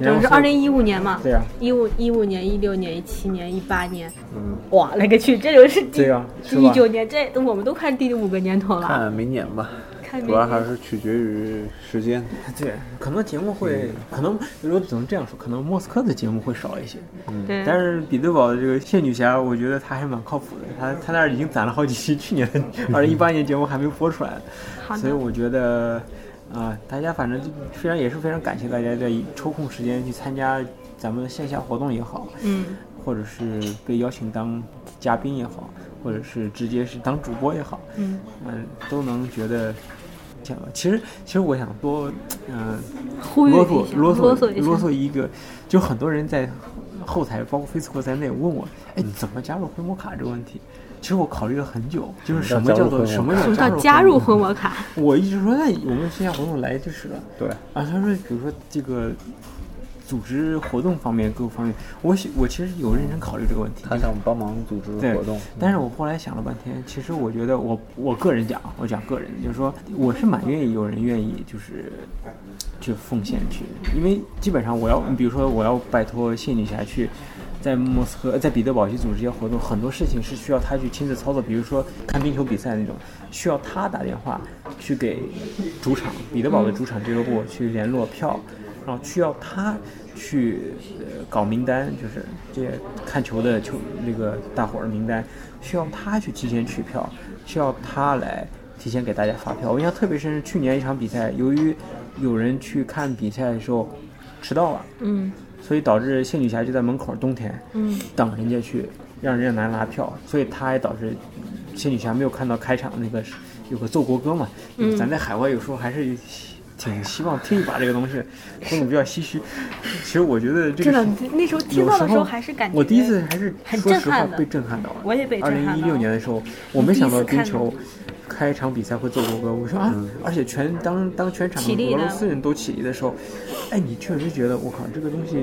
[SPEAKER 9] 然后
[SPEAKER 4] 就是二零一五年嘛，
[SPEAKER 9] 对呀、
[SPEAKER 4] 一五一五年、一六年、一七年、一八年，
[SPEAKER 1] 嗯，
[SPEAKER 4] 哇，勒个去，这就是第
[SPEAKER 9] 对呀是
[SPEAKER 4] 第
[SPEAKER 9] 吧
[SPEAKER 4] 九年，这我们都快第五个年头了，
[SPEAKER 1] 看明年吧，
[SPEAKER 4] 看
[SPEAKER 1] 主要还是取决于时间。
[SPEAKER 2] 对，可能节目会，可能如果只能这样说，可能莫斯科的节目会少一些，
[SPEAKER 4] 对，
[SPEAKER 2] 但是彼得堡的这个谢女侠，我觉得她还蛮靠谱的，她她那儿已经攒了好几期去年的二零一八年节目还没播出来，
[SPEAKER 4] 好
[SPEAKER 2] 所以
[SPEAKER 4] 的，
[SPEAKER 2] 我觉得啊、大家反正就非常也是非常感谢大家在抽空时间去参加咱们的线下活动也好，
[SPEAKER 4] 嗯，
[SPEAKER 2] 或者是被邀请当嘉宾也好，或者是直接是当主播也好，
[SPEAKER 4] 嗯
[SPEAKER 2] 嗯，都能觉得。想，其实其实我想多，嗯、
[SPEAKER 4] 呼吁
[SPEAKER 2] 啰
[SPEAKER 4] 一
[SPEAKER 2] 嗦
[SPEAKER 4] 下，
[SPEAKER 2] 啰嗦
[SPEAKER 4] 啰嗦一
[SPEAKER 2] 啰
[SPEAKER 4] 下，
[SPEAKER 2] 嗦一个，就很多人在后台，包括 Facebook 在内问我，哎，怎么加入灰魔卡这个问题？其实我考虑了很久，就是什么
[SPEAKER 1] 嗯要加
[SPEAKER 2] 叫
[SPEAKER 1] 入
[SPEAKER 2] 做
[SPEAKER 1] 灰
[SPEAKER 2] 什
[SPEAKER 1] 魔
[SPEAKER 2] 么
[SPEAKER 4] 什么
[SPEAKER 2] 叫
[SPEAKER 4] 叫
[SPEAKER 2] 入
[SPEAKER 4] 加入
[SPEAKER 2] 灰
[SPEAKER 4] 婚魔卡？
[SPEAKER 2] 魔？我一直说，那我们线下活动来就是了。
[SPEAKER 1] 对，
[SPEAKER 2] 啊，他说，比如说这个组织活动方面各个方面，我喜我其实有认真考虑这个问题。
[SPEAKER 1] 他想帮忙组织
[SPEAKER 2] 对
[SPEAKER 1] 活动，嗯
[SPEAKER 2] 但是我后来想了半天，其实我觉得我我个人讲，我讲个人，就是说我是蛮愿意有人愿意就是去奉献去，因为基本上我要，比如说我要拜托谢女侠去。在莫斯科，在彼得堡去组织一些活动，很多事情是需要她去亲自操作，比如说看冰球比赛那种，需要她打电话去给主场彼得堡的主场俱乐部去联络票，然后需要她去呃搞名单，就是这些看球的球那个大伙儿的名单，需要她去提前取票，需要她来提前给大家发票。我印象特别深是去年一场比赛，由于有人去看比赛的时候迟到了，
[SPEAKER 4] 嗯
[SPEAKER 2] 所以导致谢女侠就在门口冬天
[SPEAKER 4] 嗯
[SPEAKER 2] 等人家去，让人家来拿票，所以她也导致谢女侠没有看到开场那个有个奏国歌嘛。
[SPEAKER 4] 嗯
[SPEAKER 2] 咱在海外有时候还是挺希望听一把这个东西，可能比较唏嘘。其实我觉得这
[SPEAKER 4] 真
[SPEAKER 2] 个
[SPEAKER 4] 的
[SPEAKER 2] 是。，
[SPEAKER 4] 那时候听到的时候还是感觉
[SPEAKER 2] 我第一次还是
[SPEAKER 4] 很
[SPEAKER 2] 说
[SPEAKER 4] 震
[SPEAKER 2] 实话
[SPEAKER 4] 撼的
[SPEAKER 2] 被震撼到了。
[SPEAKER 4] 我也被
[SPEAKER 2] 二
[SPEAKER 4] 震撼到
[SPEAKER 2] 零
[SPEAKER 4] 了
[SPEAKER 2] 一六年的时候，我没想到冰
[SPEAKER 4] 我
[SPEAKER 2] 球开场比赛会奏国歌，我说啊，而且全当当全场
[SPEAKER 4] 嗯起立
[SPEAKER 2] 俄罗
[SPEAKER 4] 了
[SPEAKER 2] 斯人都起立的时候，哎，你确实觉得我靠，这个东西，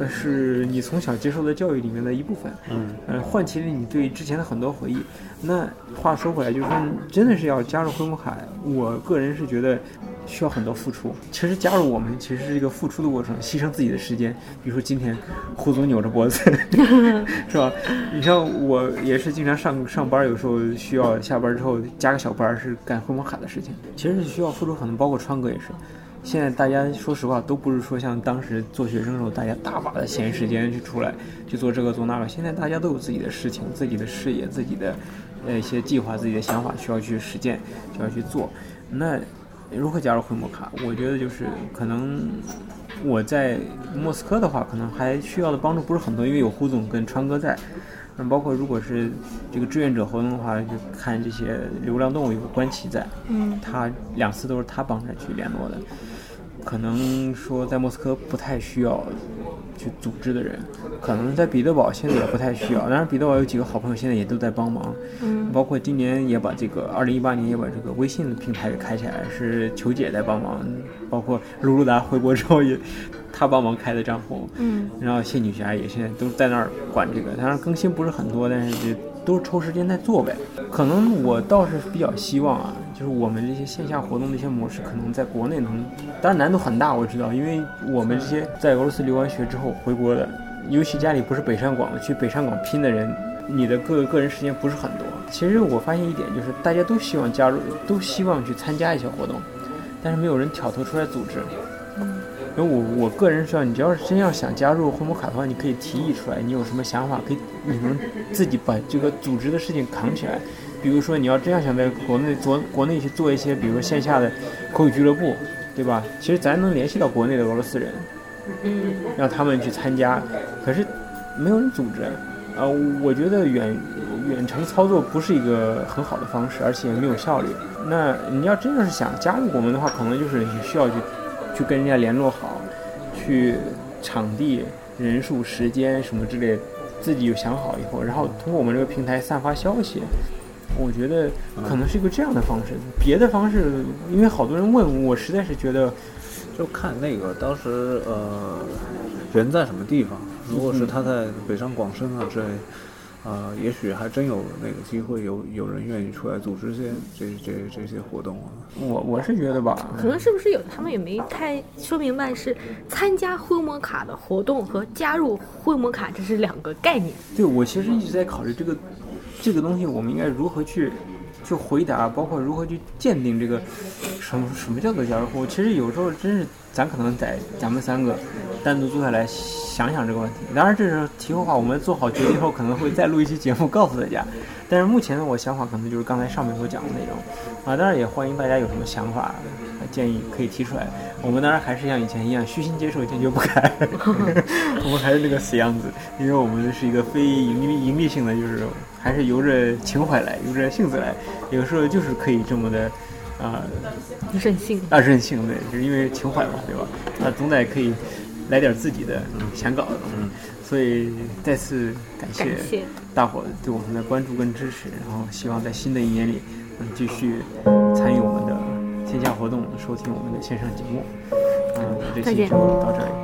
[SPEAKER 2] 呃，是你从小接受的教育里面的一部分，
[SPEAKER 1] 嗯，
[SPEAKER 2] 呃，唤起了你对之前的很多回忆。那话说回来，就是说真的是要加入灰魔海，我个人是觉得。需要很多付出。其实加入我们其实是一个付出的过程，牺牲自己的时间。比如说今天，胡总扭着脖子， <laughs> 是吧？你像我也是经常上上班，有时候需要下班之后加个小班儿是干灰魔卡的事情，其实是需要付出很多，包括川哥也是。现在大家说实话都不是说像当时做学生的时候，大家大把的闲时间去出来去做这个做那个。现在大家都有自己的事情、自己的事业、自己的呃一些计划、自己的想法需要去实践、需要去做。那如何加入灰魔卡？我觉得就是可能我在莫斯科的话，可能还需要的帮助不是很多，因为有胡总跟川哥在。嗯，包括如果是这个志愿者活动的话，就看这些流浪动物有个关奇在，
[SPEAKER 4] 嗯，
[SPEAKER 2] 他两次都是他帮着去联络的。可能说在莫斯科不太需要去组织的人，可能在彼得堡现在也不太需要。当然，彼得堡有几个好朋友现在也都在帮忙，
[SPEAKER 4] 嗯，
[SPEAKER 2] 包括今年也把这个二零一八年也把这个微信的平台给开起来，是球姐在帮忙，包括卢鲁达回国之后也她帮忙开的账户，
[SPEAKER 4] 嗯，
[SPEAKER 2] 然后谢女侠也现在都在那儿管这个，当然更新不是很多，但是就都是抽时间在做呗。可能我倒是比较希望啊，就是我们这些线下活动的一些模式，可能在国内能，当然难度很大，我知道，因为我们这些在俄罗斯留完学之后回国的，尤其家里不是北上广的，去北上广拼的人，你的个个人时间不是很多。其实我发现一点就是，大家都希望加入，都希望去参加一些活动，但是没有人挑头出来组织。因为我我个人是要，你只要是真要想加入灰魔卡的话，你可以提议出来，你有什么想法，可以你能自己把这个组织的事情扛起来。比如说，你要真要想在国内做国内去做一些，比如说线下的口语俱乐部，对吧？其实咱能联系到国内的俄罗斯人，
[SPEAKER 4] 嗯
[SPEAKER 2] 让他们去参加，可是没有人组织。呃，我觉得远远程操作不是一个很好的方式，而且也没有效率。那你要真要是想加入我们的话，可能就是你需要去去跟人家联络好，去场地、人数、时间什么之类，自己有想好以后，然后通过我们这个平台散发消息。我觉得可能是一个这样的方式，别的方式，因为好多人问我，实在是觉得
[SPEAKER 1] 就看那个当时呃人在什么地方。如果是他在北上广深啊之类，呃，也许还真有那个机会有，有人愿意出来组织些这这这些活动啊。
[SPEAKER 2] 我我是觉得吧，
[SPEAKER 4] 可能是不是有他们也没太说明白，是参加灰魔卡的活动和加入灰魔卡这是两个概念。
[SPEAKER 2] 对我其实一直在考虑这个这个东西，我们应该如何去去回答，包括如何去鉴定这个什么什么叫做加入户。其实有时候真是咱可能在咱们三个单独坐下来想想这个问题。当然这是题外话，我们做好决定后可能会再录一期节目告诉大家。但是目前呢，我想法可能就是刚才上面所讲的内容啊，当然也欢迎大家有什么想法、呃建议可以提出来。我们当然还是像以前一样虚心接受，坚决
[SPEAKER 4] <laughs>
[SPEAKER 2] 不改，我们还是那个死样子，因为我们是一个非盈利盈利性的，就是还是由着情怀来，由着性子来，有时候就是可以这么的。啊、
[SPEAKER 4] 任性，
[SPEAKER 2] 啊，任性对，就是因为情怀嘛，对吧？那总得可以来点自己的想搞的东西。所以再次感
[SPEAKER 4] 嗯
[SPEAKER 2] 谢
[SPEAKER 4] 感谢
[SPEAKER 2] 大伙对我们的关注跟支持，然后希望在新的一年里，嗯，继续参与我们的线下活动，收听我们的线上节目。嗯，这
[SPEAKER 4] 再
[SPEAKER 2] 期
[SPEAKER 4] 见
[SPEAKER 2] 就到这里。